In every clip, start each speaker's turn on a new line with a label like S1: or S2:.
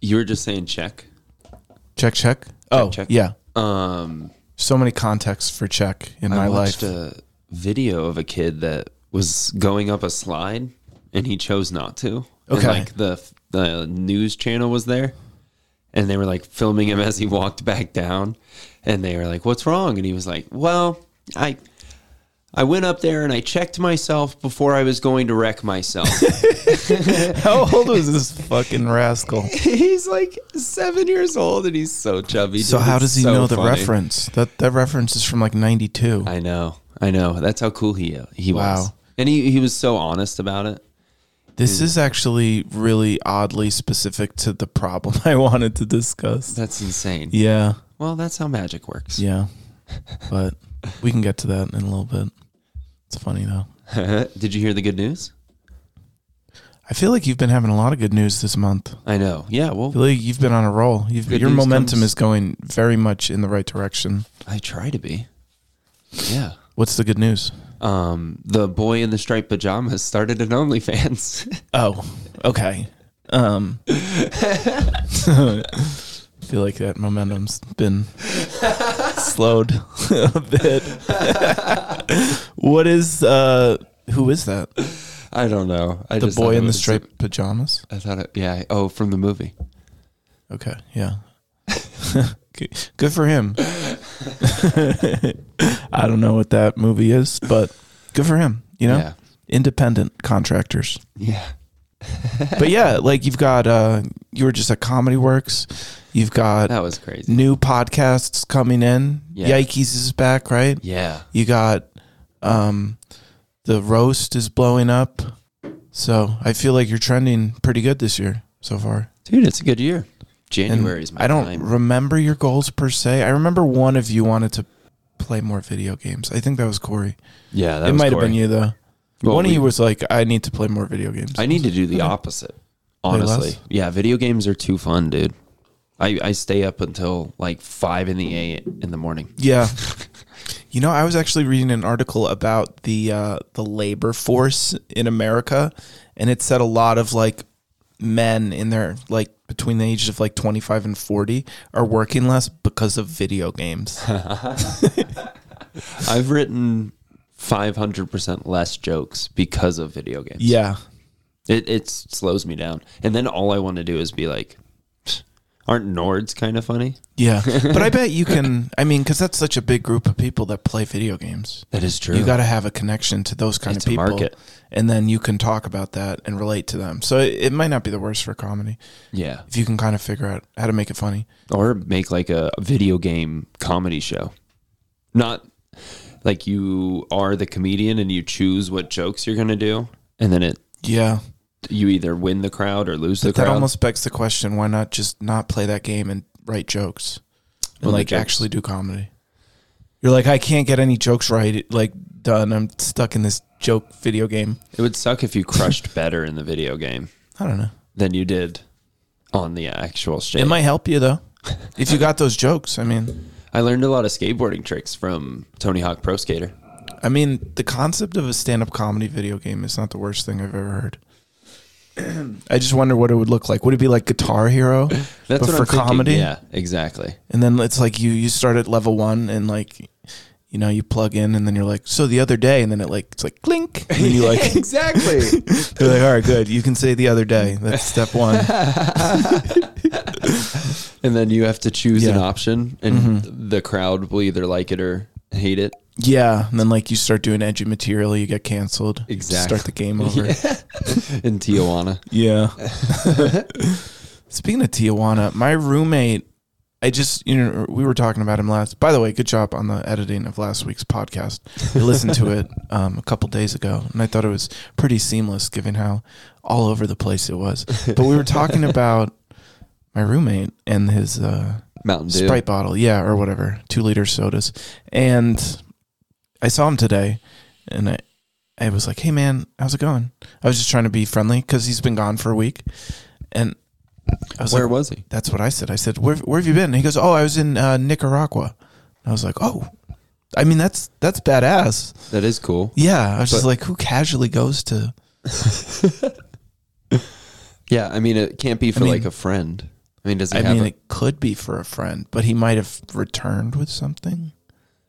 S1: You were just saying check.
S2: Check, check. Oh,
S1: check.
S2: yeah.
S1: Um,
S2: So many contexts for check in my
S1: I
S2: life.
S1: watched a video of a kid that was going up a slide and he chose not to. And,
S2: Okay.
S1: like the the news channel was there and they were like filming him as he walked back down and they were like, "What's wrong?" and he was like, "Well, I I went up there and I checked myself before I was going to wreck myself."
S2: How old was this fucking rascal?
S1: he's like 7 years old and he's so chubby.
S2: So
S1: dude.
S2: how
S1: It's
S2: does he
S1: so
S2: know the
S1: funny.
S2: reference? That that reference is from like '92.
S1: I know. I know. That's how cool he uh, he was.
S2: Wow.
S1: And he, he was so honest about it.
S2: This is actually really oddly specific to the problem I wanted to discuss.
S1: That's insane.
S2: Yeah,
S1: Well, that's how magic works.
S2: yeah, but we can get to that in a little bit. It's funny though.
S1: Did you hear the good news?
S2: I feel like you've been having a lot of good news this month.
S1: I know. Yeah.
S2: I
S1: Well,
S2: feel like you've been on a roll. You've,
S1: Good
S2: your
S1: news
S2: momentum
S1: comes-
S2: is going very much in the right direction.
S1: I try to be. Yeah.
S2: What's the good news?
S1: Um, the boy in the striped pajamas started an OnlyFans.
S2: Oh, okay. Um, I feel like that momentum's been slowed a bit. what is uh? Who is that?
S1: I don't know. I
S2: The
S1: just thought
S2: boy
S1: it
S2: in the
S1: was-
S2: striped pajamas.
S1: I thought it. Yeah. Oh, from the movie.
S2: Okay, yeah. Okay, Good for him. I don't know what that movie is, but good for him. You know,
S1: Yeah.
S2: independent contractors.
S1: Yeah.
S2: but yeah, like you've got uh you were just at Comedy Works. You've got
S1: That was crazy.
S2: new podcasts coming in.
S1: Yeah.
S2: Yikes is back, right?
S1: Yeah.
S2: You got um the roast is blowing up. So I feel like you're trending pretty good this year so far.
S1: Dude, it's a good year.
S2: And
S1: January is my
S2: I don't
S1: time.
S2: remember your goals per se. I remember one of you wanted to play more video games. I think that was Corey.
S1: yeah. That
S2: it
S1: was
S2: might have
S1: Corey.
S2: been you though.
S1: Well,
S2: one
S1: we-
S2: of you was like, I need to play more video games.
S1: I need to do the opposite.
S2: less?
S1: Honestly. Yeah, video games are too fun, dude. I, I stay up until like five in the a in the morning.
S2: Yeah. You know, I was actually reading an article about the uh, the labor force in America, and it said a lot of like men in their like between the ages of like twenty five and forty are working less because of video games.
S1: I've written 500% less jokes because of video games.
S2: yeah,
S1: It, it slows me down. And then all I want to do is be like, aren't Nords kind of funny?
S2: yeah. But I bet you can. I mean, because that's such a big group of people that play video games.
S1: That is true.
S2: You got to have a connection to those kind
S1: It's
S2: of
S1: a
S2: people,
S1: market.
S2: and then you can talk about that and relate to them. So it, it might not be the worst for comedy
S1: yeah.
S2: if you can kind of figure out how to make it funny.
S1: Or make like a video game comedy show. Not like you are the comedian and you choose what jokes you're going to do. And then it
S2: Yeah.
S1: you either win the crowd or lose the
S2: But that
S1: crowd.
S2: almost begs the question: Why not just not play that game and write jokes, and
S1: Well, the
S2: like
S1: jokes-
S2: actually do comedy? You're like, I can't get any jokes right, like done. I'm stuck in this joke video game.
S1: it would suck if you crushed better in the video game
S2: I don't know.
S1: than you did on the actual shit.
S2: It might help you though, if you got those jokes. I mean,
S1: I learned a lot of skateboarding tricks from Tony Hawk Pro Skater.
S2: I mean, the concept of a stand-up comedy video game is not the worst thing I've ever heard. I just wonder what it would look like. Would it be like Guitar Hero,
S1: That's
S2: but
S1: what
S2: for
S1: I'm thinking.
S2: comedy?
S1: Yeah, exactly.
S2: And then it's like you you start at level one and like you know you plug in and then you're like so the other day and then it like it's like clink and then you like
S1: exactly.
S2: you're like all right good you can say the other day that's step one
S1: and then you have to choose an
S2: Yeah. Mm-hmm.
S1: option, and the crowd will either like it or hate it.
S2: yeah and then like you start doing edgy material you get canceled You just
S1: Exact-
S2: start the game over yeah,
S1: In Tijuana,
S2: speaking of Tijuana my roommate I just you know we were talking about him last by the way good job on the editing of last week's podcast I listened to it um, a couple days ago and I thought it was pretty seamless given how all over the place it was but we were talking about my roommate and his uh,
S1: Mountain Dew.
S2: Sprite bottle, yeah, or whatever, two liter sodas. And I saw him today, and I, I was like, "Hey, man, how's it going?" I was just trying to be friendly because he's been gone for a week, and I was
S1: Where
S2: like,
S1: was he?
S2: "That's what I said." I said, "Where, where have you been?" And he goes, "Oh, I was in uh, Nicaragua." And I was like, "Oh." I mean that's that's badass.
S1: That is cool.
S2: Yeah, I was just
S1: But-
S2: like, who casually goes to?
S1: Yeah, I mean, it can't be for
S2: mean-
S1: like a friend. I I mean, does he
S2: I
S1: have?
S2: mean,
S1: a-
S2: it could be for a friend, but he might have returned with something.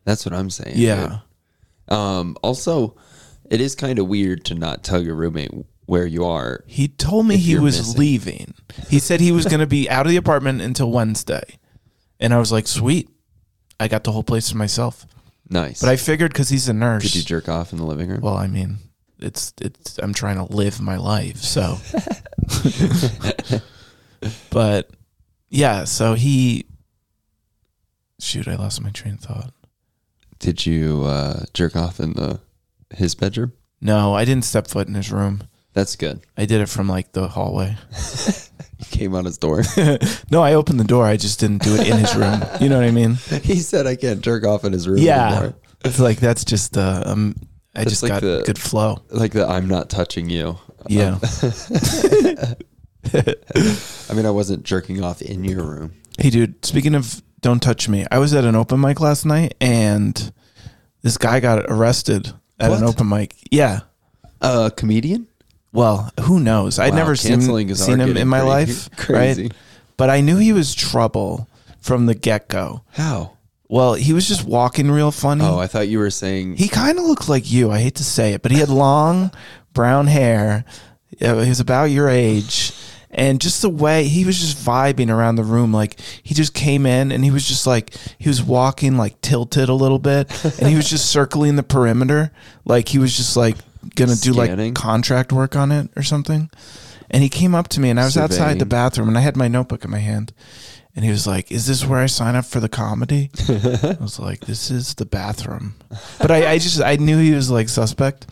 S1: that's what I'm saying. dude.
S2: Yeah.
S1: Um, also, it is kind of weird to not tell your roommate where you are.
S2: He told me he
S1: you're
S2: was
S1: missing.
S2: leaving. He said he was going to be out of the apartment until Wednesday. And I was like, sweet. I got the whole place to myself.
S1: Nice.
S2: But I figured because he's a
S1: Did you
S2: nurse.
S1: jerk off in the living room?
S2: Well, I mean, it's, it's, I'm trying to live my life. So, but yeah, so he, shoot, I lost my train of thought.
S1: Did you uh, jerk off in the his bedroom?
S2: No, I didn't step foot in his room.
S1: That's good.
S2: I did it from like the hallway.
S1: He came on his door.
S2: No, I opened the door. I just didn't do it in his room. You know what I mean?
S1: he said, "I can't jerk off in his room
S2: Yeah.
S1: anymore."
S2: It's like that's just uh, um I
S1: That's
S2: just
S1: like
S2: got
S1: the- uh-huh.
S2: good flow.
S1: Like the "I'm not touching you."
S2: Yeah.
S1: I mean, I wasn't jerking off in your room.
S2: Hey dude, speaking of don't touch me. I was at an open mic last night and this guy got arrested at an
S1: What?
S2: open mic. Yeah.
S1: A comedian?
S2: Well, who knows? I'd
S1: Wow,
S2: never seen,
S1: canceling is
S2: seen him
S1: already
S2: in my
S1: pretty
S2: life,
S1: crazy.
S2: right? But I knew he was trouble from the get-go.
S1: How?
S2: Well, he was just walking real funny.
S1: Oh, I thought you were saying
S2: He kind of looked like you. I hate to say it, but he had long brown hair. Uh, He was about your age. And just the way he was just vibing around the room, like he just came in and he was just like, he was walking like tilted a little bit and he was just circling the perimeter. Like he was just like gonna do
S1: Scanning?
S2: like contract work on it or something. And he came up to me and I was outside the
S1: Surveying.
S2: bathroom and I had my notebook in my hand. And he was like, Is this where I sign up for the comedy? I was like, This is the bathroom. But I, I just, I knew he was like suspect.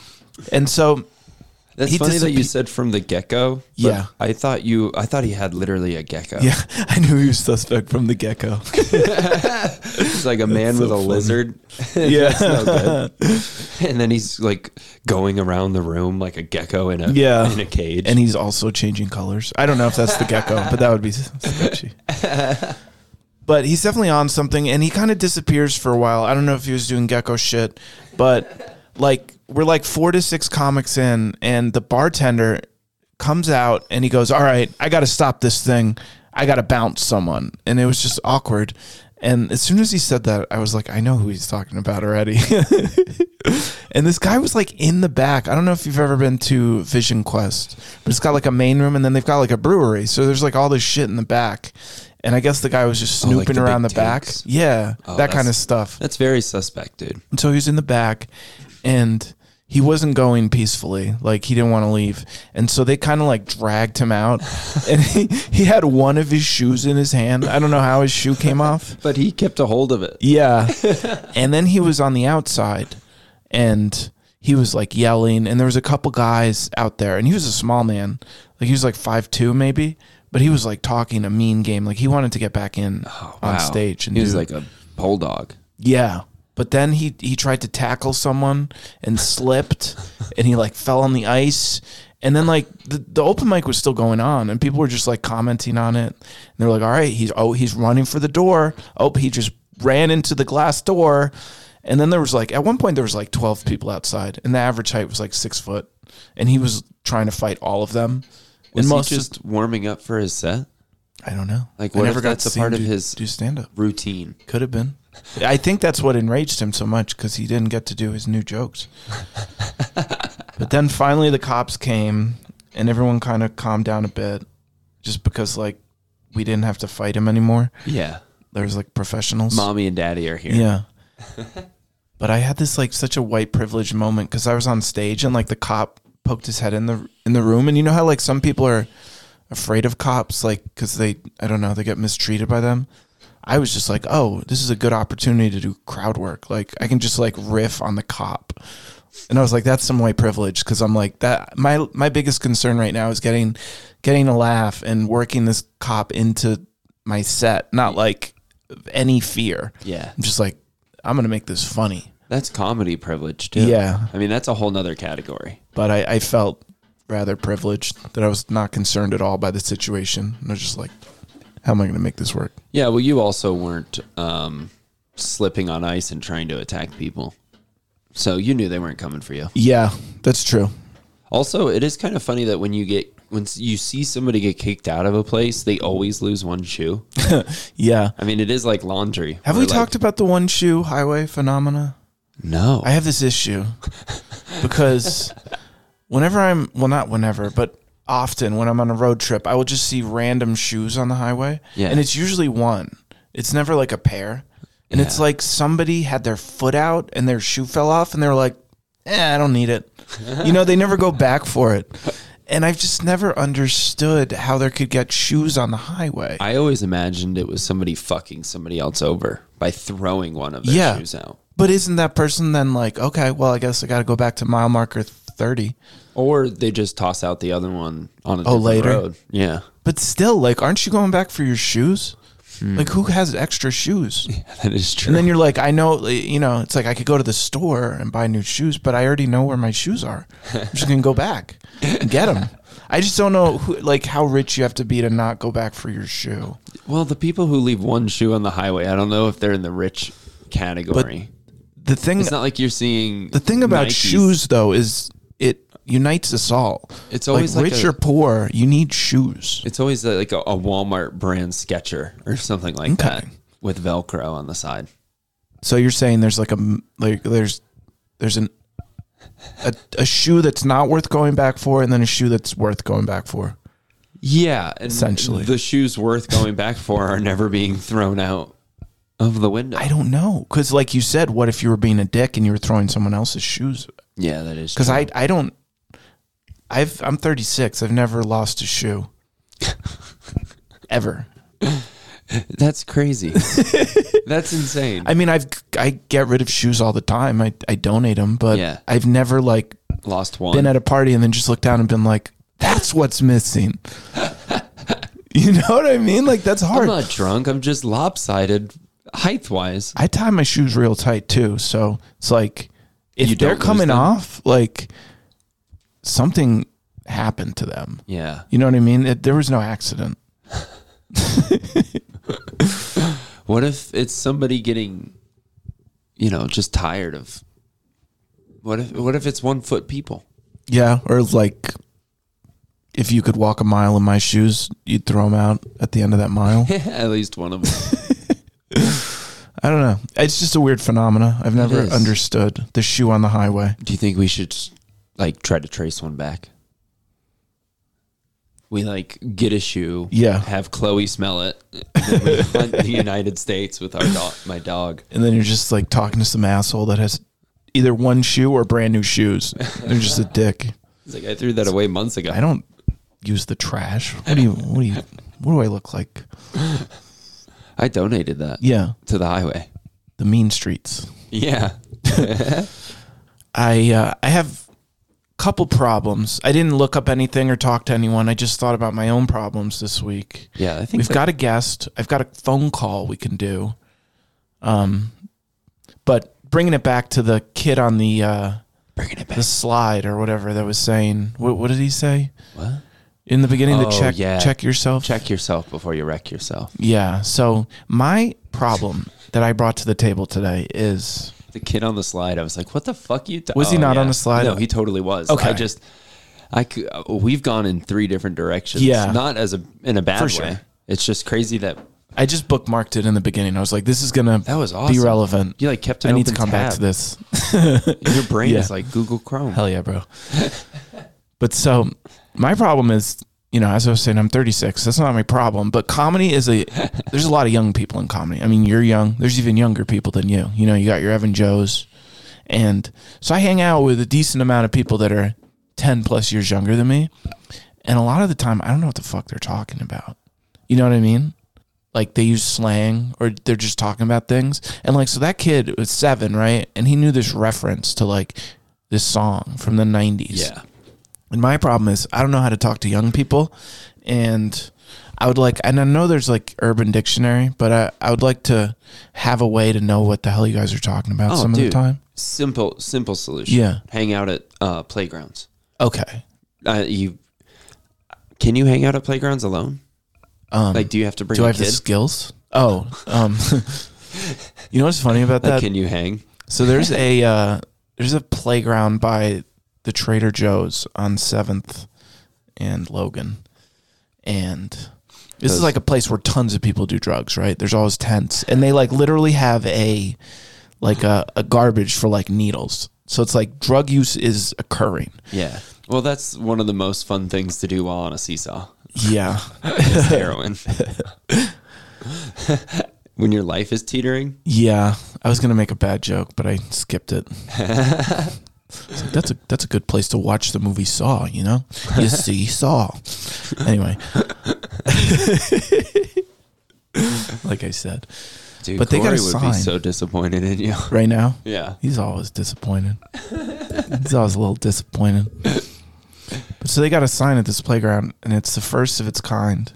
S2: And so,
S1: that's
S2: he
S1: funny that you
S2: disappeared-
S1: said from the get go.
S2: Yeah.
S1: I thought you. I thought he had literally a gecko.
S2: yeah, I knew he was suspect from the get go.
S1: He's like a man with a lizard.
S2: Yeah.
S1: and then he's like going around the room like a gecko in a
S2: Yeah.
S1: in a cage.
S2: and he's also changing colors. I don't know if that's the gecko, but that would be sketchy. But he's definitely on something, and he kind of disappears for a while. I don't know if he was doing gecko shit, but like we're like four to six comics in, and the bartender comes out and he goes, "All right, I got to stop this thing. I got to bounce someone," and it was just awkward. And as soon as he said that, I was like, "I know who he's talking about already." And this guy was like in the back. I don't know if you've ever been to Vision Quest, but it's got like a main room and then they've got like a brewery. So there's like all this shit in the back. And I guess the guy was just
S1: Oh, like
S2: snooping
S1: the
S2: around the
S1: big
S2: back.
S1: tanks?
S2: Yeah, that kind of
S1: that's-
S2: stuff.
S1: That's very suspect, dude.
S2: And so he was in the back and he wasn't going peacefully. Like he didn't want to leave. And so they kind of like dragged him out. and he, he had one of his shoes in his hand. I don't know how his shoe came off.
S1: But he kept a hold of it.
S2: Yeah. and then he was on the outside and he was like yelling and there was a couple guys out there and he was a small man. Like he was like five two maybe, but he was like talking a mean game. Like he wanted to get back in on stage and
S1: Oh, he was
S2: do-
S1: like a bulldog.
S2: Yeah. But then he he tried to tackle someone and slipped and he like fell on the ice. And then like the, the open mic was still going on and people were just like commenting on it. And they're like, all right, he's oh he's running for the door. Oh, he just ran into the glass door. And then there was like at one point there was like twelve people outside and the average height was like six foot. And he was trying to fight all of them.
S1: Was
S2: and
S1: he
S2: most
S1: just warming up for his set
S2: I don't know.
S1: Like,
S2: I
S1: what
S2: never
S1: if
S2: got
S1: that's
S2: to
S1: a
S2: see
S1: part of
S2: him do-
S1: his-
S2: do stand up.
S1: routine?
S2: Could have been. I think that's what enraged him so much because he didn't get to do his new jokes. but then finally the cops came and everyone kind of calmed down a bit just because, like, we didn't have to fight him anymore.
S1: Yeah.
S2: There was, like, professionals.
S1: Mommy and daddy are here.
S2: Yeah. but I had this, like, such a white privilege moment because I was on stage and, like, the cop poked his head in the in the room. And you know how, like, some people are afraid of cops, like, because they, I don't know, they get mistreated by them. I was just like, oh, this is a good opportunity to do crowd work. Like I can just like riff on the cop. And I was like, that's some white privilege because I'm like that my my biggest concern right now is getting getting a laugh and working this cop into my set, not like any fear.
S1: Yeah.
S2: I'm just like, I'm gonna make this funny.
S1: That's comedy privilege too.
S2: Yeah.
S1: I mean, that's a whole nother category.
S2: But I, I felt rather privileged that I was not concerned at all by the situation. And I was just like, how am I gonna make this work?
S1: Yeah, well, you also weren't um, slipping on ice and trying to attack people. So you knew they weren't coming for you.
S2: Yeah, that's true.
S1: Also, it is kind of funny that when you get when s- you see somebody get kicked out of a place, they always lose one shoe.
S2: Yeah.
S1: I mean, it is like laundry.
S2: Have
S1: We're
S2: we
S1: like,
S2: talked about the one shoe highway phenomena?
S1: No.
S2: I have this issue because whenever I'm well, not whenever, but often when I'm on a road trip, I will just see random shoes on the highway,
S1: Yeah.
S2: and it's usually one. It's never like a pair, and it's
S1: Yeah.
S2: like somebody had their foot out and their shoe fell off, and they were like, "Eh, I don't need it." you know, they never go back for it, and I've just never understood how there could get shoes on the highway.
S1: I always imagined it was somebody fucking somebody else over by throwing one of their
S2: Yeah.
S1: shoes out.
S2: but isn't that person then like, okay, well, I guess I got to go back to mile marker thirty?
S1: Or they just toss out the other one on a different
S2: Oh, later?
S1: road. Yeah.
S2: But still, like, aren't you going back for your shoes?
S1: Hmm.
S2: Like, who has extra shoes?
S1: That is true.
S2: And then you're like, I know, you know, it's like I could go to the store and buy new shoes, but I already know where my shoes are. I'm just gonna go back and get them. I just don't know, who, like, how rich you have to be to not go back for your shoe.
S1: well, the people who leave one shoe on the highway, I don't know if they're in the rich category.
S2: The thing,
S1: it's not like you're seeing
S2: the thing about
S1: Nikes.
S2: shoes though is it unites us all.
S1: It's always like
S2: rich
S1: a-
S2: or poor, you need shoes.
S1: It's always uh, like a, a Walmart brand sketcher or something like
S2: Okay.
S1: that with Velcro on the side.
S2: So you're saying there's like a m- like there's there's an a, a shoe that's not worth going back for, and then a shoe that's worth going back for.
S1: Yeah, and
S2: Essentially.
S1: the shoes worth going back for are never being thrown out of the window.
S2: I don't know, because like you said, what if you were being a dick and you were throwing someone else's shoes?
S1: yeah, that is
S2: Because
S1: true.
S2: I I don't. I've I'm 36. I've never lost a shoe. Ever.
S1: That's crazy. That's insane.
S2: I mean, I've I get rid of shoes all the time. I I donate them, but
S1: Yeah.
S2: I've never like
S1: Lost
S2: been
S1: one.
S2: at a party and then just looked down and been like, that's what's missing. you know what I mean? Like that's
S1: I'm
S2: hard.
S1: not drunk. I'm just lopsided height wise.
S2: I tie my shoes real tight too, so it's like if
S1: You
S2: they're
S1: don't lose
S2: coming
S1: them?
S2: off, like something happened to them.
S1: Yeah.
S2: You know what I mean? It, there was no accident.
S1: What if it's somebody getting, you know, just tired of? What if what if it's one foot people?
S2: Yeah, or like if you could walk a mile in my shoes, you'd throw them out at the end of that mile.
S1: at least one of them.
S2: I don't know. It's just a weird phenomena. I've never
S1: is.
S2: understood the shoe on the highway.
S1: Do you think we should like try to trace one back? We like get a shoe.
S2: Yeah.
S1: Have Chloe smell it. and then we hunt the United States with our dog, my dog.
S2: and then you're just like talking to some asshole that has either one shoe or brand new shoes. They're just a dick.
S1: It's like I threw that away months ago.
S2: I don't use the trash. What do you? What do you? What do I look like?
S1: I donated that
S2: Yeah,
S1: to the highway.
S2: the mean streets.
S1: Yeah.
S2: I uh, I have a couple problems. I didn't look up anything or talk to anyone. I just thought about my own problems this week.
S1: Yeah. I think
S2: We've
S1: that-
S2: got a guest. I've got a phone call we can do. Um, but bringing it back to the kid on the uh,
S1: bringing it back.
S2: the slide or whatever that was saying. What, what did he say?
S1: What?
S2: in the beginning
S1: Oh,
S2: to check
S1: yeah.
S2: check yourself.
S1: Check yourself before you wreck yourself.
S2: Yeah. So my problem that I brought to the table today is
S1: The kid on the slide, I was like, "What the fuck you?" T-?
S2: Was he not on the slide?
S1: No, he totally was.
S2: Okay.
S1: I just, I could, uh, we've gone in three different directions.
S2: Yeah.
S1: not as a in a bad
S2: For
S1: way.
S2: sure.
S1: It's just crazy that
S2: I just bookmarked it in the beginning. I was like, this is gonna
S1: that was awesome.
S2: be relevant.
S1: You like kept it.
S2: I need to come back to this.
S1: this. Your brain
S2: Yeah.
S1: is like Google Chrome.
S2: Hell yeah, bro. but so my problem is, you know, as I was saying, I'm 36. That's not my problem. But comedy is a there's a lot of young people in comedy. I mean, you're young. There's even younger people than you. You know, you got your Evan Joes. And so I hang out with a decent amount of people that are 10 plus years younger than me. And a lot of the time I don't know what the fuck they're talking about. You know what I mean? Like they use slang or they're just talking about things. And like so that kid was 7, right? And he knew this reference to like this song from the 90s.
S1: Yeah,
S2: And my problem is I don't know how to talk to young people and I would like and I know there's like urban dictionary, but I, I would like to have a way to know what the hell you guys are talking about
S1: Oh,
S2: some of
S1: dude.
S2: the time.
S1: simple, simple solution.
S2: Yeah.
S1: hang out at uh, playgrounds.
S2: Okay.
S1: Uh, you can you hang out at playgrounds alone?
S2: Um
S1: Like, do you have to bring
S2: do
S1: a
S2: I have
S1: kid?
S2: the skills? Oh, um You know what's funny about
S1: like,
S2: that?
S1: can you hang?
S2: So there's a uh, there's a playground by the Trader Joe's on Seventh and Logan. And this
S1: Those-
S2: is like a place where tons of people do drugs, right? There's always tents. And they like literally have a like a, a garbage for like needles. So it's like drug use is occurring.
S1: Yeah. Well, that's one of the most fun things to do while on a seesaw.
S2: Yeah.
S1: is heroin. when your life is teetering,
S2: Yeah. I was gonna make a bad joke, but I skipped it. It's like, that's a that's a good place to watch the movie Saw, you know? You see Saw. Anyway. like I said.
S1: dude,
S2: But they got
S1: Corey
S2: a
S1: would
S2: sign.
S1: be so disappointed in you.
S2: Right now,
S1: yeah.
S2: He's always disappointed. He's always a little disappointed. But so they got a sign at this playground, and it's the first of its kind.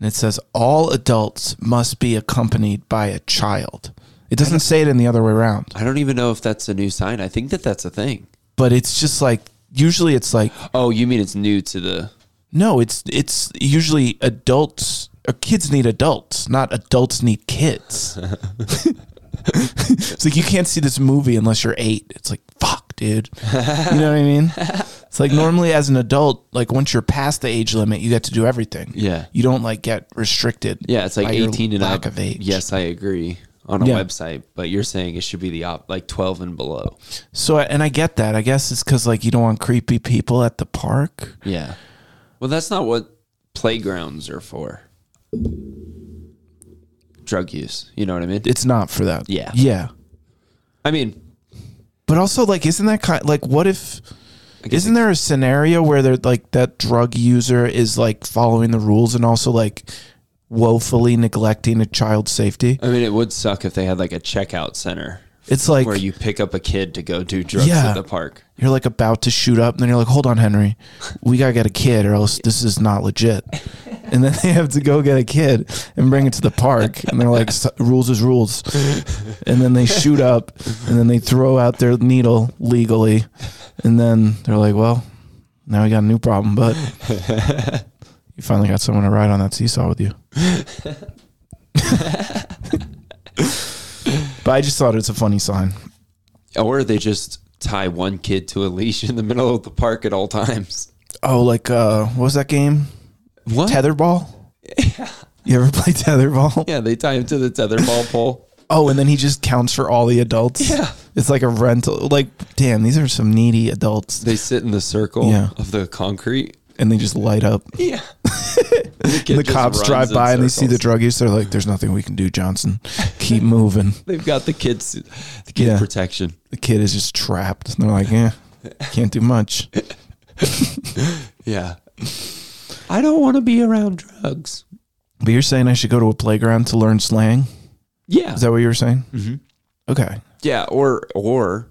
S2: And it says, All adults must be accompanied by a child. It doesn't say it in the other way around,
S1: I don't even know if that's a new sign. I think that that's a thing.
S2: but it's just like, usually it's like,
S1: Oh, you mean it's new to the?
S2: no, it's, it's usually adults, or kids need adults, not adults need kids. it's like, you can't see this movie unless you're eight. It's like, fuck, dude. You know what I mean? It's like normally as an adult, like once you're past the age limit, you get to do everything.
S1: Yeah.
S2: You don't like get restricted.
S1: Yeah, it's like
S2: by your
S1: eighteen and
S2: lack
S1: up.
S2: of age.
S1: Yes, I agree on a
S2: Yeah.
S1: website, but you're saying it should be the op, like twelve and below.
S2: So and I get that. I guess it's because like you don't want creepy people at the park.
S1: Yeah. Well, that's not what playgrounds are for. Drug use. You know what I mean?
S2: It's not for that.
S1: Yeah.
S2: Yeah.
S1: I mean,
S2: But also like, isn't that kind? Like, what if?
S1: I guess
S2: Isn't there a scenario where they're like that drug user is like following the rules and also like woefully neglecting a child's safety?
S1: I mean, it would suck if they had like a checkout center
S2: It's like
S1: where you pick up a kid to go do drugs
S2: Yeah.
S1: at the park.
S2: you're like about to shoot up, and then you're like, hold on, Henry, we gotta get a kid, or else this is not legit. And then they have to go get a kid and bring it to the park, and they're like, "S- rules is rules. And then they shoot up, and then they throw out their needle legally, and then they're like, well, now we got a new problem, but you finally got someone to ride on that seesaw with you. but I just thought it's a funny sign.
S1: Or they just tie one kid to a leash in the middle of the park at all times.
S2: Oh, like uh, what was that game?
S1: What?
S2: tetherball. You ever play tetherball?
S1: Yeah, they tie him to the tetherball pole.
S2: Oh, and then he just counts for all the adults.
S1: Yeah.
S2: It's like a rental. Like, damn, these are some needy adults,
S1: They sit in the circle
S2: Yeah.
S1: of the concrete.
S2: and they just light up.
S1: Yeah.
S2: And the cops drive by and they see the drug use. They're like, "There's nothing we can do, Johnson. Keep moving."
S1: They've got the kids, the kid
S2: Yeah.
S1: protection.
S2: The kid is just trapped, and they're like, "Yeah, can't do much."
S1: Yeah. I don't want to be around drugs.
S2: But you're saying I should go to a playground to learn slang?
S1: Yeah.
S2: Is that what you were saying? Mm-hmm. Okay,
S1: yeah. Or, or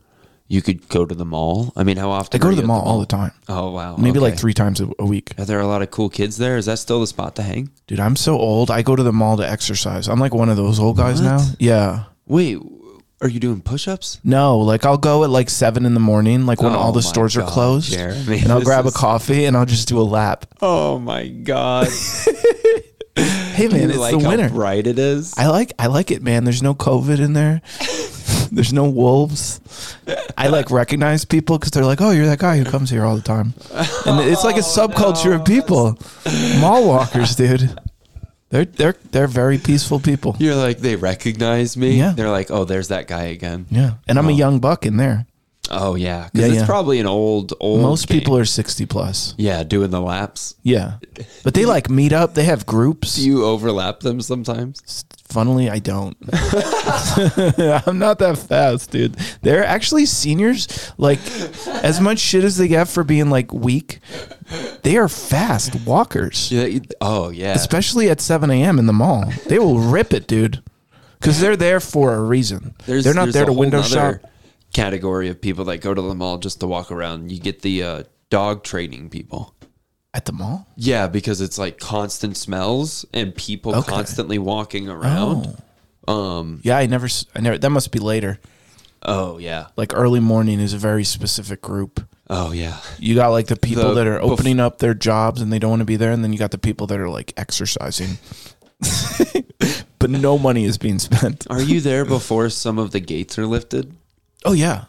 S1: you could go to the mall. I mean, how often
S2: I go
S1: are
S2: to
S1: you
S2: the
S1: at
S2: mall all the time.
S1: Oh wow!
S2: Maybe like
S1: okay.
S2: three times a, a week.
S1: Are there a lot of cool kids there? Is that still the spot to hang?
S2: Dude, I'm so old. I go to the mall to exercise. I'm like one of those old guys now. Yeah.
S1: Wait, are you doing push-ups?
S2: No, like I'll go at like seven in the morning, like when
S1: Oh
S2: all the
S1: my
S2: stores are
S1: God,
S2: closed.
S1: Jeremy,
S2: and I'll
S1: this
S2: grab
S1: is-
S2: a coffee and I'll just do a lap.
S1: Oh my god!
S2: Hey man, it's
S1: like
S2: the
S1: how
S2: winter.
S1: bright it is.
S2: I like I like it, man. There's no COVID in there. There's no wolves. I like recognize people because they're like, "Oh, you're that guy who comes here all the time," and it's
S1: Oh,
S2: like a subculture of people, mall walkers, dude. They're they're they're very peaceful people.
S1: You're like they recognize me.
S2: Yeah.
S1: They're like, oh, there's that guy again.
S2: Yeah, and I'm a young buck in there.
S1: Oh yeah,
S2: Yeah,
S1: because it's
S2: yeah.
S1: probably an old old.
S2: Most
S1: game.
S2: people are 60 plus.
S1: Yeah, doing the laps.
S2: Yeah. But they like meet up, they have groups.
S1: Do you overlap them sometimes?
S2: Funnily, I don't. I'm not that fast, dude. They're actually seniors. Like, as much shit as they get for being like weak, they are fast walkers,
S1: Yeah. you- Oh yeah.
S2: especially at 7 a.m. in the mall. They will rip it, dude. Because they're there for a reason.
S1: There's-
S2: they're not
S1: there's
S2: there
S1: a
S2: to
S1: whole
S2: window
S1: nother
S2: shop.
S1: Category of people that go to the mall just to walk around. You get the uh, dog training people.
S2: At the mall?
S1: Yeah, because it's like constant smells and people
S2: Okay. Oh.
S1: constantly walking around. Um,
S2: Yeah, I never, s- I never, that must be later.
S1: Oh, yeah.
S2: Like, early morning is a very specific group.
S1: Oh yeah.
S2: You got like the people
S1: The
S2: that are
S1: bef-
S2: opening up their jobs and they don't want to be there, and then you got the people that are like exercising, but no money is being spent.
S1: Are you there before some of the gates are lifted?
S2: Oh yeah,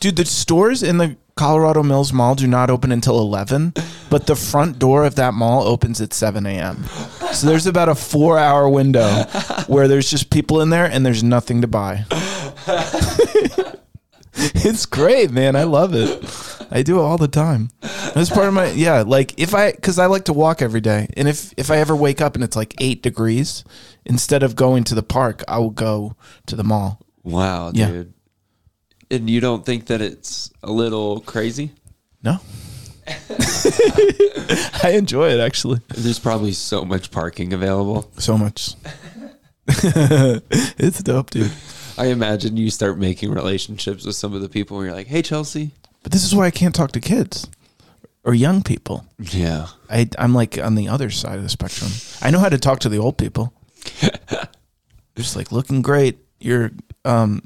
S2: dude, the stores in the Colorado Mills Mall do not open until 11, but the front door of that mall opens at 7 a.m. So there's about a four hour window where there's just people in there and there's nothing to buy. it's great, man. I love it. I do it all the time. That's part of my, yeah, like if I, cause I like to walk every day. And if, if I ever wake up and it's like eight degrees, instead of going to the park, I will go to the mall.
S1: Wow,
S2: Yeah.
S1: dude. And you don't think that it's a little crazy?
S2: No. I enjoy it actually.
S1: There's probably so much parking available.
S2: So much. it's dope, dude.
S1: I imagine you start making relationships with some of the people where you're like, hey, Chelsea.
S2: But this is why I can't talk to kids or young people.
S1: Yeah.
S2: I, I'm like on the other side of the spectrum. I know how to talk to the old people. Just like looking great. Your um,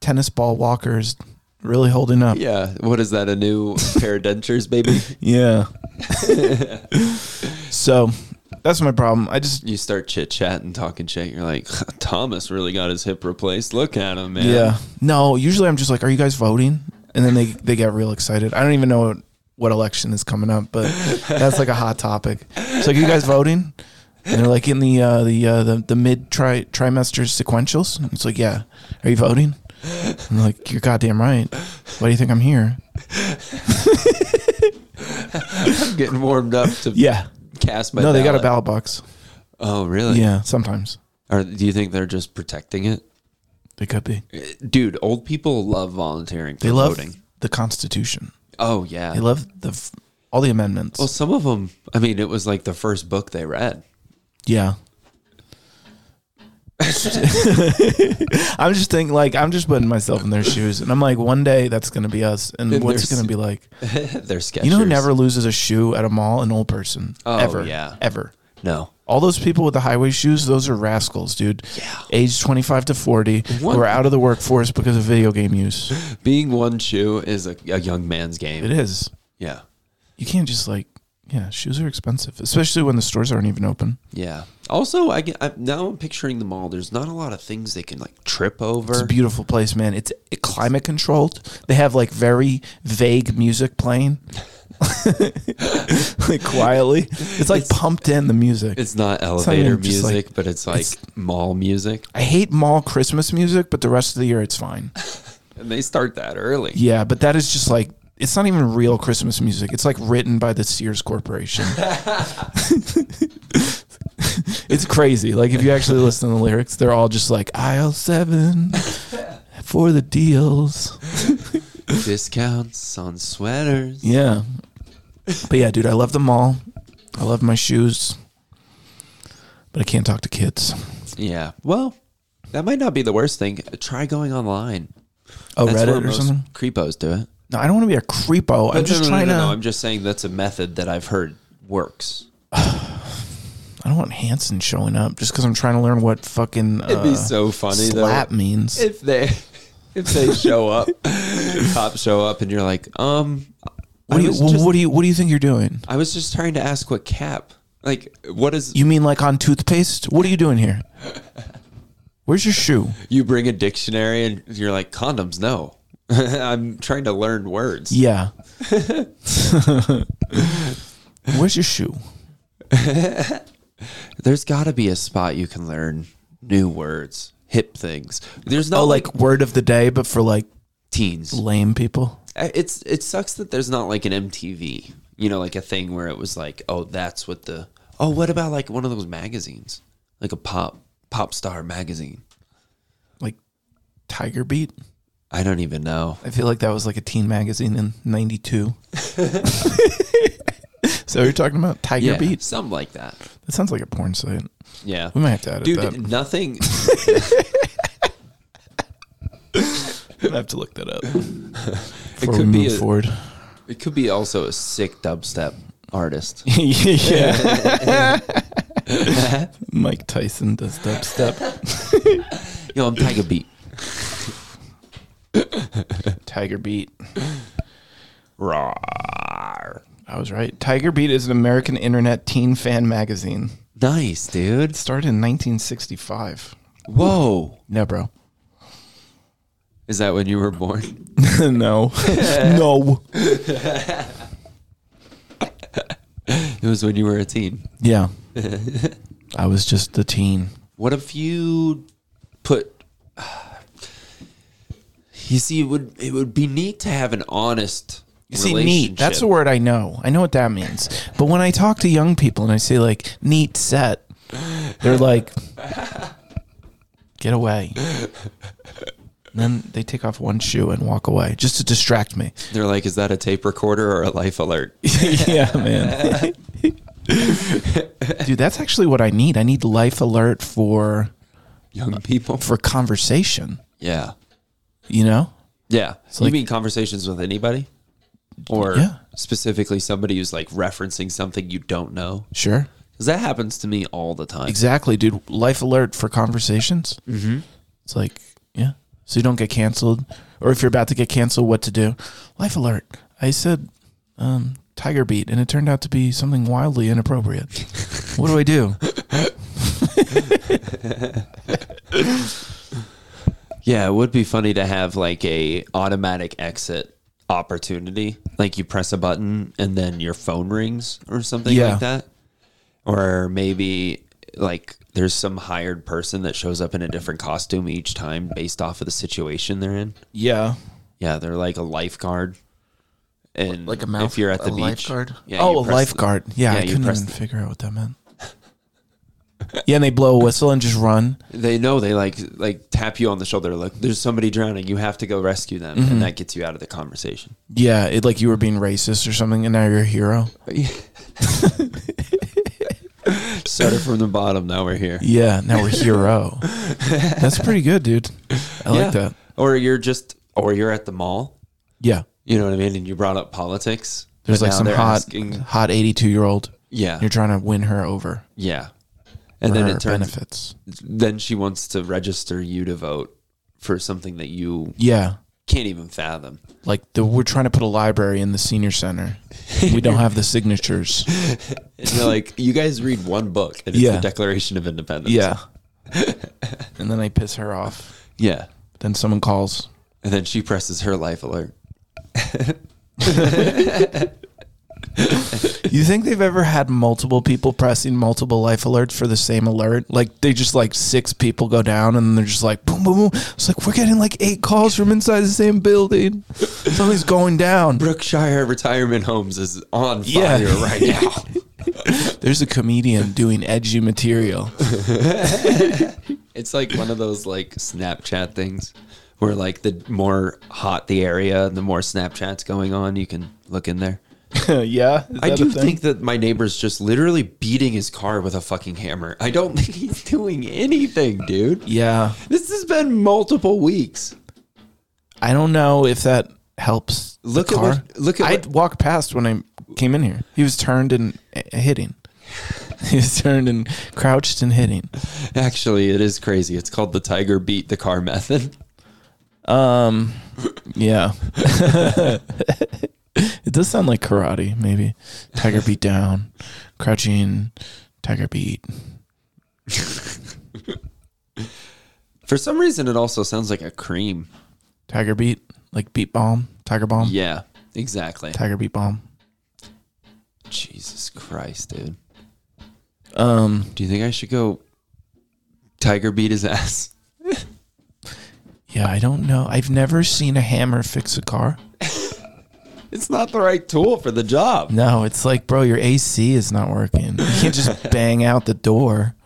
S2: tennis ball walker is really holding up.
S1: Yeah. What is that? A new pair of dentures, baby?
S2: Yeah. so that's my problem. I just,
S1: You start chit chatting, talking shit. You're like, Thomas really got his hip replaced. Look at him, man.
S2: yeah. No, usually I'm just like, are you guys voting? And then they, they get real excited. I don't even know what, what election is coming up, but that's like a hot topic. It's like, are you guys voting? And they're like in the uh, the, uh, the the mid tri- trimester sequentials. And it's like, yeah, are you voting? I'm like, you're goddamn right. Why do you think I'm here?
S1: I'm getting warmed up to
S2: Yeah.
S1: cast my
S2: no, they got a
S1: ballot.
S2: ballot box.
S1: Oh, really?
S2: yeah, sometimes
S1: Or do you think they're just protecting it?
S2: they could be.
S1: Dude, old people love volunteering for
S2: They love
S1: voting.
S2: the Constitution.
S1: Oh, yeah.
S2: They love the f- all the amendments.
S1: Well, some of them, I mean, it was like the first book they read.
S2: Yeah. I'm just thinking, like, I'm just putting myself in their shoes, and I'm like, one day that's gonna be us, and
S1: In
S2: what's it
S1: their
S2: gonna be like?
S1: They're sketches.
S2: You know, who never loses a shoe at a mall, an old person,
S1: Oh,
S2: ever,
S1: yeah.
S2: ever.
S1: No.
S2: All those people with the highway shoes, those are rascals, dude.
S1: Yeah.
S2: Age 25 to 40,
S1: What?
S2: who are out of the workforce because of video game use.
S1: Being one shoe is a, a young man's game.
S2: It is.
S1: Yeah.
S2: You can't just like, yeah, shoes are expensive, especially when the stores aren't even open.
S1: Yeah. Also, I, get, I now I'm picturing the mall. There's not a lot of things they can like trip
S2: It's
S1: over.
S2: a beautiful place, man. It's climate controlled. They have like very vague music playing, like quietly. It's like pumped in the music.
S1: It's not elevator
S2: even just, like-
S1: music, but it's like mall music.
S2: I hate mall Christmas music, but the rest of the year it's fine.
S1: And they start that early.
S2: Yeah, but that is just like it's not even real Christmas music. It's like written by the Sears Corporation. it's crazy. Like if you actually listen to the lyrics, they're all just like aisle seven for the deals.
S1: Discounts on sweaters.
S2: Yeah. But yeah, dude, I love the mall. I love my shoes. But I can't talk to kids.
S1: Yeah. Well, that might not be the worst thing. Try going online.
S2: Oh,
S1: That's where
S2: Reddit or
S1: most
S2: something?
S1: Creepos do it.
S2: No, I don't want to be a creepo. I'm
S1: No,
S2: just
S1: no, no,
S2: trying
S1: no, no, no.
S2: to.
S1: I'm just saying that's a method that I've heard works.
S2: I don't want Hanson showing up just because I'm trying to learn what fucking
S1: It'd be
S2: uh,
S1: so funny
S2: slap
S1: though
S2: means.
S1: if they if they show up, cops show up, and you're like, um, I
S2: what, do you,
S1: was
S2: well,
S1: just,
S2: what do you What do you think you're doing?
S1: I was just trying to ask what cap, like, what is
S2: You mean like on toothpaste? What are you doing here? Where's your shoe?
S1: you bring a dictionary and you're like condoms? No, I'm trying to learn words.
S2: Yeah. Where's your shoe?
S1: There's got to be a spot you can learn new words, hip things. There's no
S2: Oh,
S1: like,
S2: like word of the day, but for like
S1: teens.
S2: lame people.
S1: I- It's it sucks that there's not like an MTV, you know, like a thing where it was like, oh, that's what the oh, what about like one of those magazines, like a pop pop star magazine.
S2: like Tiger Beat.
S1: I don't even know.
S2: I feel like that was like a teen magazine in '92. so you're talking about Tiger
S1: Yeah,
S2: Beat?
S1: something like that.
S2: That sounds like a porn site.
S1: Yeah,
S2: We might have to edit
S1: dude,
S2: that.
S1: nothing.
S2: I have to look that up before we
S1: could be
S2: move
S1: a-
S2: forward.
S1: It could be also a sick dubstep artist.
S2: yeah. Mike Tyson does dubstep.
S1: Yo, I'm Tiger Beat.
S2: Tiger Beat.
S1: Rawr.
S2: I was right. Tiger Beat is an American internet teen fan magazine.
S1: Nice, dude.
S2: Started in 1965.
S1: Whoa.
S2: No, bro.
S1: Is that when you were born?
S2: no, no.
S1: It was when you were a teen.
S2: Yeah, I was just the teen.
S1: What if you put? You see, it would it would be neat to have an honest.
S2: You see, neat. That's a word I know. I know what that means. But when I talk to young people and I say like neat set, they're like, get away. And then they take off one shoe and walk away just to distract me.
S1: They're like, is that a tape recorder or a life alert?
S2: yeah, man. Dude, that's actually what I need. I need life alert for
S1: Young people.
S2: for conversation,
S1: Yeah,
S2: you know?
S1: yeah. you
S2: like-
S1: mean conversations with anybody, or
S2: Yeah.
S1: specifically somebody who's like referencing something you don't know?
S2: Sure.
S1: Because that happens to me all the time.
S2: Exactly, dude. Life alert for conversations. Mm-hmm. It's like, yeah. So you don't get canceled, or if you're about to get canceled, what to do? Life alert. I said um, Tiger Beat, and it turned out to be something wildly inappropriate. what do I do?
S1: Yeah, it would be funny to have like a automatic exit opportunity. Like you press a button and then your phone rings or something
S2: Yeah.
S1: like that. Or maybe like there's some hired person that shows up in a different costume each time based off of the situation they're in.
S2: Yeah.
S1: Yeah, they're like a lifeguard. And
S2: Like a mouth-
S1: if you're at the
S2: a
S1: beach.
S2: lifeguard?
S1: Yeah,
S2: oh,
S1: you
S2: a
S1: press the-
S2: lifeguard. yeah,
S1: yeah,
S2: I
S1: you
S2: couldn't
S1: press
S2: even
S1: the-
S2: figure out what that meant. yeah, and they blow a whistle and just run.
S1: they know they like like tap you on the shoulder like there's somebody drowning you have to go rescue them
S2: Mm-hmm.
S1: and that gets you out of the conversation
S2: Yeah, it like you were being racist or something, and now you're a hero.
S1: started from the bottom now we're here
S2: Yeah, now we're hero. That's pretty good, dude. I like that.
S1: Or you're just, or you're at the mall.
S2: Yeah.
S1: You know what I mean? And you brought up politics.
S2: There's
S1: but
S2: like
S1: now
S2: some
S1: they're
S2: hot,
S1: asking-
S2: hot 82 year old.
S1: yeah,
S2: You're trying to win her over.
S1: yeah. And
S2: for
S1: then
S2: her
S1: it turns.
S2: benefits.
S1: Then she wants to register you to vote for something that you
S2: Yeah.
S1: can't even fathom.
S2: Like the, we're trying to put a library in the senior center. We don't have the signatures.
S1: And you're like, you guys read one book, and it's
S2: Yeah.
S1: the Declaration of Independence.
S2: Yeah. and then I piss her off.
S1: yeah.
S2: Then someone calls.
S1: And then she presses her life alert.
S2: You think they've ever had multiple people pressing multiple life alerts for the same alert? Like they just like six people go down and they're just like boom, boom, boom. It's like we're getting like eight calls from inside the same building. Something's going down.
S1: Brookshire Retirement Homes is on fire
S2: Yeah.
S1: right now.
S2: There's a comedian doing edgy material.
S1: It's like one of those like Snapchat things where like the more hot the area and the more Snapchat's going on, you can look in there.
S2: yeah,
S1: I do think that my neighbor's just literally beating his car with a fucking hammer. I don't think he's doing anything, dude.
S2: Yeah,
S1: This has been multiple weeks.
S2: I don't know if that helps. the
S1: Look at
S2: car.
S1: what- look at
S2: I
S1: what-
S2: walked past when I came in here. He was turned and uh, hitting. he was turned and crouched and hitting.
S1: Actually, it is crazy. It's called the tiger beat the car method.
S2: Um, yeah. it does sound like karate, maybe. Tiger beat down, crouching, tiger beat.
S1: For some reason, it also sounds like a cream.
S2: Tiger beat, like beat bomb, tiger bomb,
S1: Yeah, exactly.
S2: tiger beat bomb.
S1: Jesus Christ, dude.
S2: Um,
S1: Do you think I should go tiger beat his ass?
S2: yeah, I don't know. I've never seen a hammer fix a car.
S1: It's not the right tool for the job.
S2: No, it's like, bro, your AC is not working. You can't just bang out the door.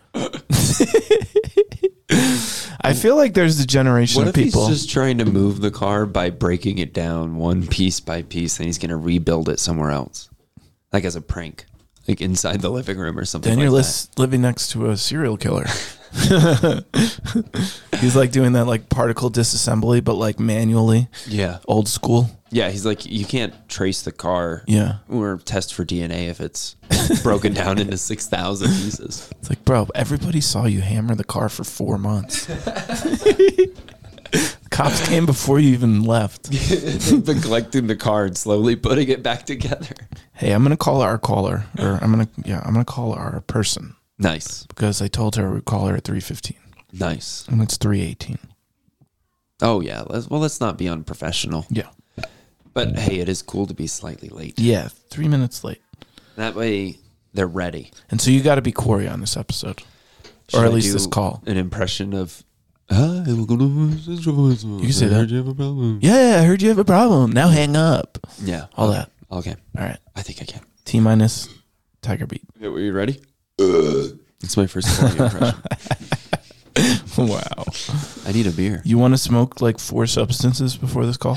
S2: I feel like there's a generation
S1: What
S2: of
S1: if
S2: people.
S1: he's just trying to move the car by breaking it down one piece by piece, and he's going to rebuild it somewhere else, like as a prank, like inside the living room or something.
S2: then
S1: like
S2: you're
S1: that.
S2: lis- living next to a serial killer. he's like doing that like particle disassembly, but like manually,
S1: Yeah,
S2: old school.
S1: yeah. He's like, you can't trace the car
S2: Yeah.
S1: or test for DNA if it's broken down into six thousand pieces.
S2: It's like, bro, everybody saw you hammer the car for four months. Cops came before you even left.
S1: They've been collecting the car and slowly putting it back together.
S2: Hey, I'm gonna call our caller, or I'm gonna yeah, I'm gonna call our person.
S1: Nice,
S2: because I told her we'd call her at 3:15
S1: nice.
S2: and it's 3:18.
S1: Oh yeah. Let's, well, let's not be unprofessional.
S2: Yeah.
S1: But hey, it is cool to be slightly late.
S2: Yeah. Three minutes late.
S1: That way, they're ready.
S2: And so you got to be Corey on this episode,
S1: Should
S2: or
S1: I
S2: at least this
S1: do
S2: call.
S1: An impression of. "Hi, I'm gonna- You
S2: can say that.
S1: have a problem.
S2: Yeah, I heard you have a problem. Now hang up.
S1: Yeah.
S2: All that.
S1: Okay.
S2: All right.
S1: I think I can.
S2: T minus Tiger Beat.
S1: Are you ready? It's my first Corey impression.
S2: wow.
S1: I need a beer.
S2: You want to smoke like four substances before this call?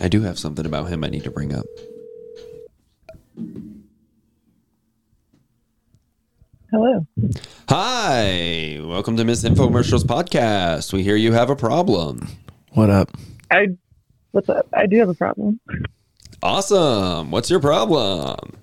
S1: I do have something about him I need to bring up.
S3: Hello.
S1: Hi, welcome to Miss Infomercials podcast. We hear you have a problem.
S2: what up?
S3: I what's up? I do have a problem.
S1: Awesome. What's your problem?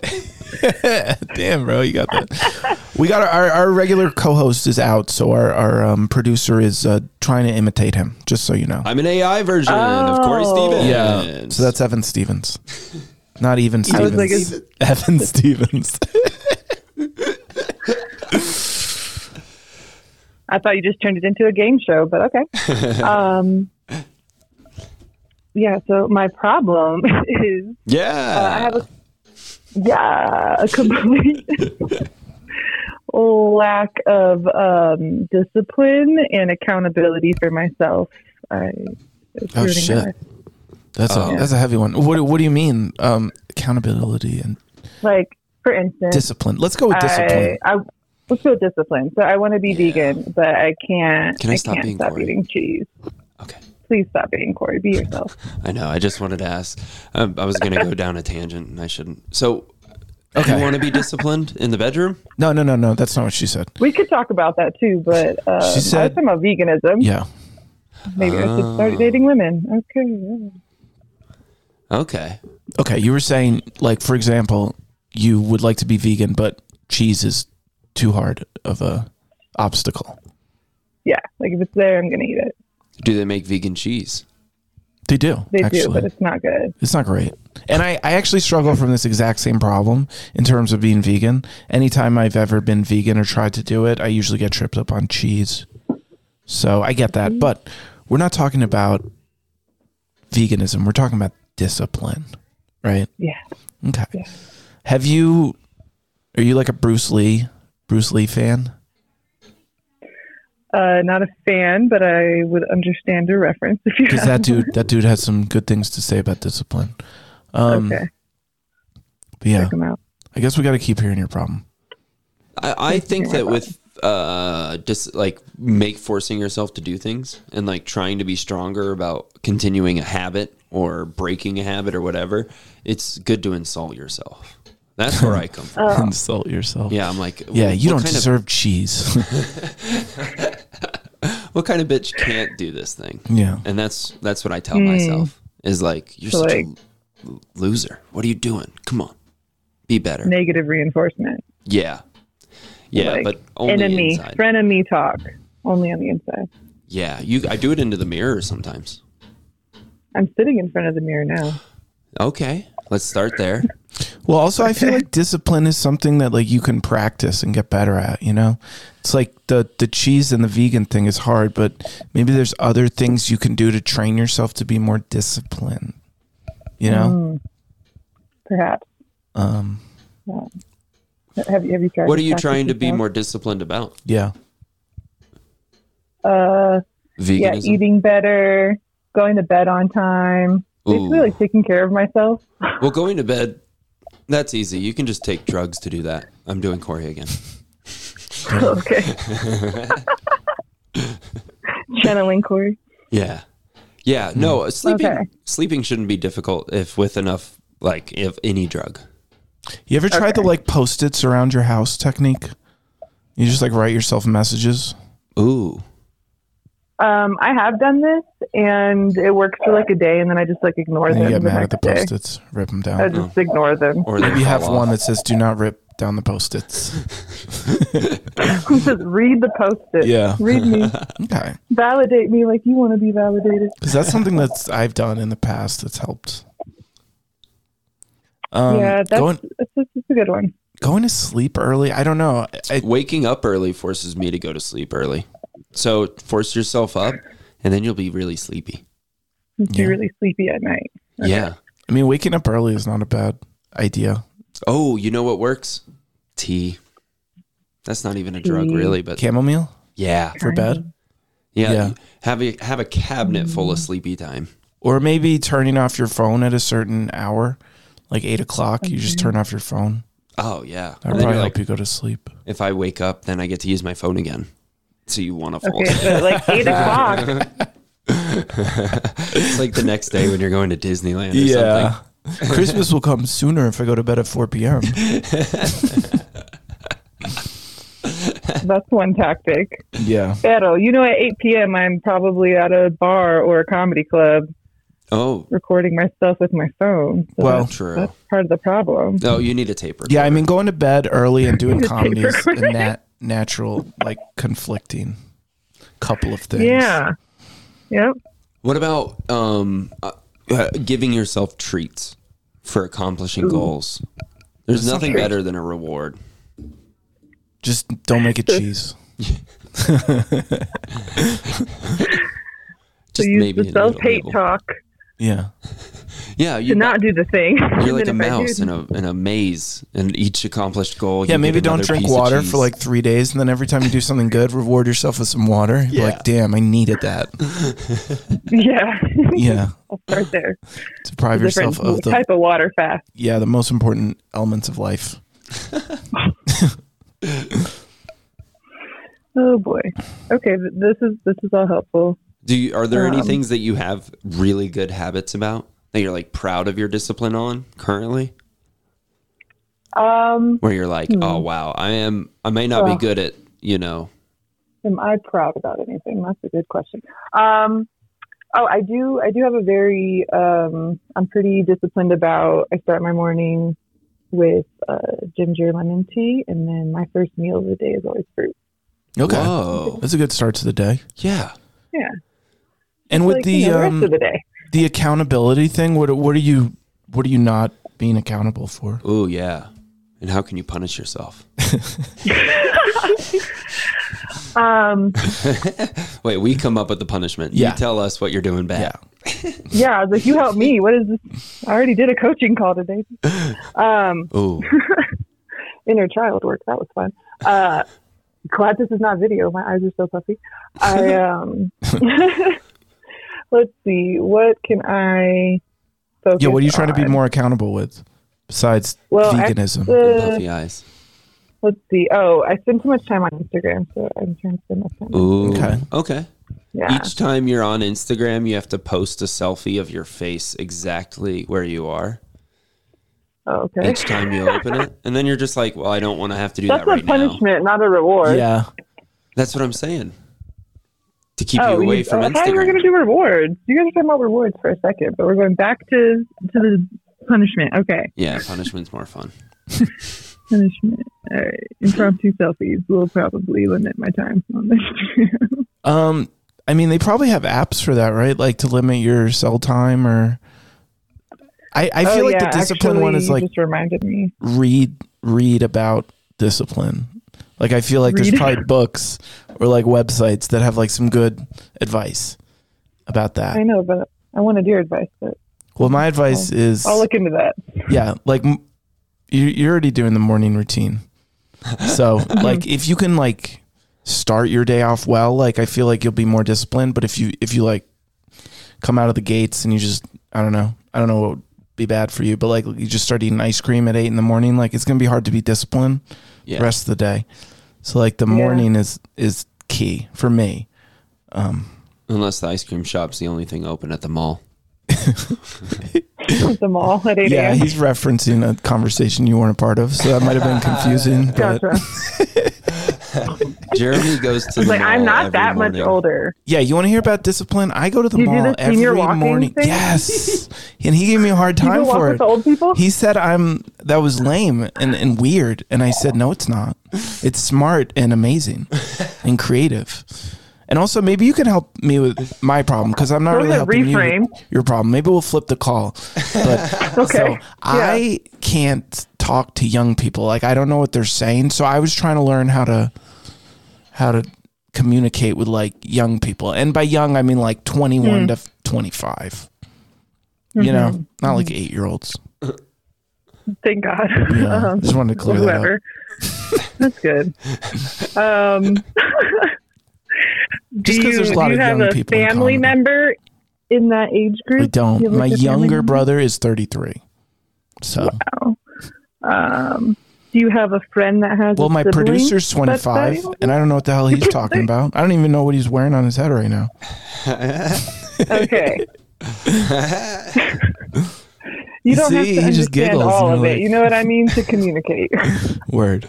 S2: Damn, bro, you got that. we got our, our, our regular co-host is out, so our our um, producer is uh, trying to imitate him. Just so you know.
S1: I'm an AI version of Corey
S3: Oh.
S1: Stevens.
S2: So that's Evan Stevens. Not even
S3: I
S2: Stevens.
S3: was like,
S2: Evan Stevens.
S3: I thought you just turned it into a game show, but okay. um, yeah. So my problem is
S1: yeah.
S3: uh, I have a yeah a complete lack of um, discipline and accountability for myself. I, it's
S2: Oh,
S3: ruining my
S2: shit.
S3: life.
S2: That's
S3: Oh.
S2: a that's a heavy one. What what do you mean? Um, accountability and
S3: Like for instance,
S2: discipline. Let's go with discipline.
S3: I, I let's go with discipline. So I want to be vegan, but I can't.
S1: Can I stop
S3: can't
S1: being
S3: stop
S1: Corey?
S3: eating cheese.
S1: okay.
S3: Please stop being Corey. Be yourself.
S1: I know. I just wanted to ask. Um, I was going to go down a tangent and I shouldn't. So, you
S2: Okay.
S1: want to be disciplined in the bedroom?
S2: no, no, no, no. That's not what she said.
S3: We could talk about that too, but uh,
S2: She
S3: I
S2: said-
S3: was talking about veganism.
S2: Yeah. Ah.
S3: Maybe I should start dating women. Okay. yeah.
S1: Okay.
S2: Okay. You were saying, like, for example, you would like to be vegan, but cheese is too hard of a obstacle.
S3: Yeah, like if it's there, I'm gonna eat it.
S1: Do they make vegan cheese?
S2: They do.
S3: They
S2: actually.
S3: do, but it's not good.
S2: It's not great. And I, I actually struggle from this exact same problem in terms of being vegan. Anytime I've ever been vegan or tried to do it, I usually get tripped up on cheese. So I get that. But we're not talking about veganism. We're talking about discipline, right?
S3: Yeah.
S2: Okay. Have you, are you like a Bruce Lee, Bruce Lee fan?
S3: Uh, not a fan, but I would understand your reference if you
S2: Because
S3: have
S2: that dude, that dude has some good things to say about discipline. Um,
S3: Okay.
S2: But yeah,
S3: Check them out.
S2: I guess we got to keep hearing your problem.
S1: I, I think that with uh just like make forcing yourself to do things and like trying to be stronger about continuing a habit or breaking a habit or whatever, it's good to insult yourself. That's where I come from.
S2: Insult yourself.
S1: Yeah, I'm like,
S2: Yeah, you
S1: what
S2: don't
S1: kind
S2: deserve cheese.
S1: Of, what kind of bitch can't do this thing?
S2: yeah. Hmm.
S1: And that's that's what I tell myself is like, you're
S3: So,
S1: such
S3: like-
S1: a l- loser. What are you doing? Come on, be better.
S3: Negative reinforcement.
S1: yeah, yeah,
S3: like,
S1: but only
S3: enemy,
S1: inside.
S3: frenemy talk. Only on the inside.
S1: Yeah, you. I do it into the mirror sometimes.
S3: I'm sitting in front of the mirror now.
S1: Okay, let's start there.
S2: Well, also, I feel like discipline is something that like you can practice and get better at. You know, it's like the the cheese and the vegan thing is hard, but maybe there's other things you can do to train yourself to be more disciplined. You know,
S3: Perhaps. Uh,
S2: um,
S3: Have you, have you tried?
S1: What are you
S3: practice
S1: trying to be
S3: yourself?
S1: more disciplined about?
S2: yeah,
S3: Uh, yeah,
S1: Veganism.
S3: eating better, going to bed on time, basically
S1: Ooh.
S3: like taking care of myself.
S1: well, going to bed. That's easy. You can just take drugs to do that. I'm doing Corey again.
S3: okay. Channeling Corey.
S1: Yeah, yeah.
S2: Hmm.
S1: No, sleeping.
S3: Okay.
S1: Sleeping shouldn't be difficult if with enough, like, if any drug.
S2: you ever tried the like post its around your house technique? You just like write yourself messages.
S1: Ooh,
S3: Um, I have done this, and it works for like a day, and then I just like ignore
S2: And
S3: them
S2: you get
S3: the
S2: mad at
S3: next
S2: the
S3: day.
S2: post its, rip them
S3: I
S2: down.
S3: just ignore them.
S1: Mm-hmm. or they
S2: Maybe you
S1: fall
S2: have
S1: off.
S2: one that says "Do not rip down the post its."
S3: just read the post-it.
S2: Yeah.
S3: Read me.
S2: Okay.
S3: Validate me like you want to be validated.
S2: Because that's something that's I've done in the past that's helped. Um,
S3: yeah, that's,
S2: going
S3: that's, that's a good one.
S2: going to sleep early. I don't know. I,
S1: Waking up early forces me to go to sleep early. So force yourself up and then you'll be really sleepy.
S3: You'd be
S2: Yeah.
S3: really sleepy at night.
S1: Yeah.
S2: I mean, waking up early is not a bad idea.
S1: Oh, you know what works? Tea. That's not even a drug
S3: Tea.
S1: really, but
S2: Chamomile
S1: yeah.
S2: for bed,
S1: Yeah.
S2: Yeah.
S1: Have a have a cabinet full of sleepy time.
S2: or maybe turning off your phone at a certain hour, like eight o'clock. You just turn off your phone.
S1: Oh yeah.
S2: That
S1: And
S2: probably
S1: then you're
S2: help
S1: like,
S2: you go to sleep.
S1: if I wake up, then I get to use my phone again. So you want to fall
S3: Okay,
S1: asleep.
S3: so like eight o'clock.
S1: It's like the next day when you're going to Disneyland or something.
S2: Christmas will come sooner if I go to bed at 4 p.m.
S3: That's one tactic.
S2: Yeah.
S3: Pero, you know, at 8 p.m., I'm probably at a bar or a comedy club
S1: Oh,
S3: recording myself with my phone. So
S2: Well-
S3: that's,
S1: true.
S3: that's part of the problem.
S1: Oh, you need a taper.
S2: Yeah, I mean, going to bed early and doing
S3: Just
S2: comedy is
S3: paper.
S2: a nat- natural, like, conflicting couple of things.
S3: Yeah. Yep.
S1: What about um, uh, uh, giving yourself treats for accomplishing goals? There's nothing better than a reward.
S2: Just don't make it cheese.
S1: Just
S3: so use
S1: maybe
S3: the
S1: an
S3: self hate
S1: enjoyable-
S3: talk
S2: Yeah.
S1: Yeah, you,
S3: to not do the thing.
S1: you're like a
S3: And then if I do-
S1: mouse in a in a maze, and each accomplished goal.
S2: Yeah,
S1: you
S2: maybe
S1: get another
S2: don't drink
S1: piece of
S2: water
S1: cheese.
S2: for like three days, and then every time you do something good, reward yourself with some water. You're
S1: Yeah.
S2: Like, damn, I needed that.
S3: Yeah.
S2: Yeah,
S3: I'll start there.
S2: deprive
S3: Different
S2: yourself of the
S3: type of water fast.
S2: yeah the most important elements of life.
S3: Oh boy. Okay, th- this is this is all helpful.
S1: Do you, are there any
S3: Um,
S1: things that you have really good habits about that you're like proud of your discipline on currently?
S3: Um,
S1: Where you're like, oh wow, I am. I may not be
S3: Well.
S1: good at you know.
S3: am I proud about anything? That's a good question. Um, oh, I do. I do have a very. Um, I'm pretty disciplined about. I start my morning with uh, ginger lemon tea, and then my first meal of the day is always fruit.
S2: Okay,
S1: Whoa.
S2: that's a good start to the day.
S1: Yeah.
S2: And with
S3: Like,
S2: the
S3: you know, the rest
S2: um,
S3: of the day.
S2: the accountability thing what what are you what are you not being accountable for
S1: Oh yeah. And how can you punish yourself?
S3: Um,
S1: Wait, we come up with the punishment.
S2: Yeah.
S1: You tell us what you're doing bad.
S3: yeah, I was like, you help me. What is this? I already did a coaching call today. Um,
S1: Oh,
S3: inner child work. That was fun. Uh, glad this is not video. My eyes are so puffy. I um, let's see. What can I? Focus
S2: yeah what are you trying to be
S3: on?
S2: more accountable with besides
S3: Well,
S2: veganism
S3: Uh,
S1: puffy eyes.
S3: let's see. Oh, I spend too much time on Instagram, so I'm trying to spend less time. on-
S1: Ooh.
S2: Okay.
S1: Okay.
S3: Yeah.
S1: Each time you're on Instagram, you have to post a selfie of your face exactly where you are.
S3: oh, okay.
S1: Each time you open it, and then you're just like, "Well, I don't want to have to do
S3: That's
S1: that
S3: a
S1: right now."
S3: punishment, not a reward.
S2: yeah
S1: That's what I'm saying. To keep
S3: Oh,
S1: you away
S3: you-
S1: from
S3: oh, I thought we were
S1: Instagram.
S3: going to do rewards. You guys are talking about rewards for a second, but we're going back to to the punishment. Okay,
S1: yeah, punishment's more fun.
S3: punishment. All right, impromptu selfies will probably limit my time on this.
S2: um i mean they probably have apps for that right like to limit your cell time or i i feel
S3: Oh,
S2: like
S3: yeah,
S2: the discipline one
S3: actually,
S2: is
S3: you
S2: like
S3: just reminded me.
S2: read read about discipline like i feel like
S3: Read.
S2: there's probably books or like websites that have like some good advice about
S3: I
S2: that
S3: know, but I wanted your advice. But
S2: well my advice is
S3: I'll look into that.
S2: yeah like m- you, you're already doing the morning routine so like if you can like start your day off well like i feel like you'll be more disciplined but if you if you like come out of the gates and you just i don't know i don't know what would be bad for you but like you just start eating ice cream at eight in the morning like it's gonna be hard to be disciplined
S1: Yeah.
S2: the rest of the day so like the
S3: Yeah.
S2: morning is is key for me
S1: Unless the ice cream shop's the only thing open at the mall.
S3: At the mall at eight
S2: yeah
S3: a.m.
S2: he's referencing a conversation you weren't a part of so that might have been confusing but
S3: Gotcha.
S1: Jeremy goes to the
S3: Like
S1: mall
S3: I'm
S1: every
S3: not that much
S1: morning.
S3: older.
S2: Yeah, you want to hear about discipline? I go to the
S3: You do
S2: mall
S3: the
S2: every
S3: senior walking
S2: morning.
S3: thing?
S2: Yes, and he gave me a hard
S3: Do you go
S2: time
S3: walk
S2: for
S3: with
S2: it.
S3: the old people?
S2: He said I'm that was lame and, and weird, and I said no, it's not. It's smart and amazing and creative. And also, maybe you can help me with my problem because I'm not
S3: Those
S2: really
S3: are
S2: helping you
S3: reframe.
S2: with your problem. Maybe we'll flip the call. But
S3: okay.
S2: so I can't talk to young people. Like I don't know what they're saying, so I was trying to learn how to how to communicate with like young people. And by young, I mean like 21 to f- 25. You know, not like 8-year-olds.
S3: Thank God.
S2: Yeah.
S3: Um,
S2: Just wanted to clear that up.
S3: whoever. That's good. Um, do
S2: Just 'cause
S3: you-
S2: there's a lot
S3: do you
S2: of
S3: have
S2: young
S3: a
S2: people in
S3: family
S2: Colorado.
S3: member in that age group?
S2: I
S3: Do you
S2: don't.
S3: have,
S2: My
S3: like, a family
S2: younger
S3: member?
S2: brother is 33. So,
S3: Um, do you have a friend that has?
S2: well,
S3: a
S2: my
S3: sibling
S2: producer's
S3: that's
S2: 25,
S3: that
S2: and I don't know what the hell he's talking about. I don't even know what he's wearing on his head right now.
S3: young? okay. You don't
S2: See,
S3: have to
S2: he just
S3: understand
S2: giggles and
S3: all
S2: you're
S3: of
S2: like-
S3: it. You know what I mean to communicate.
S2: Word.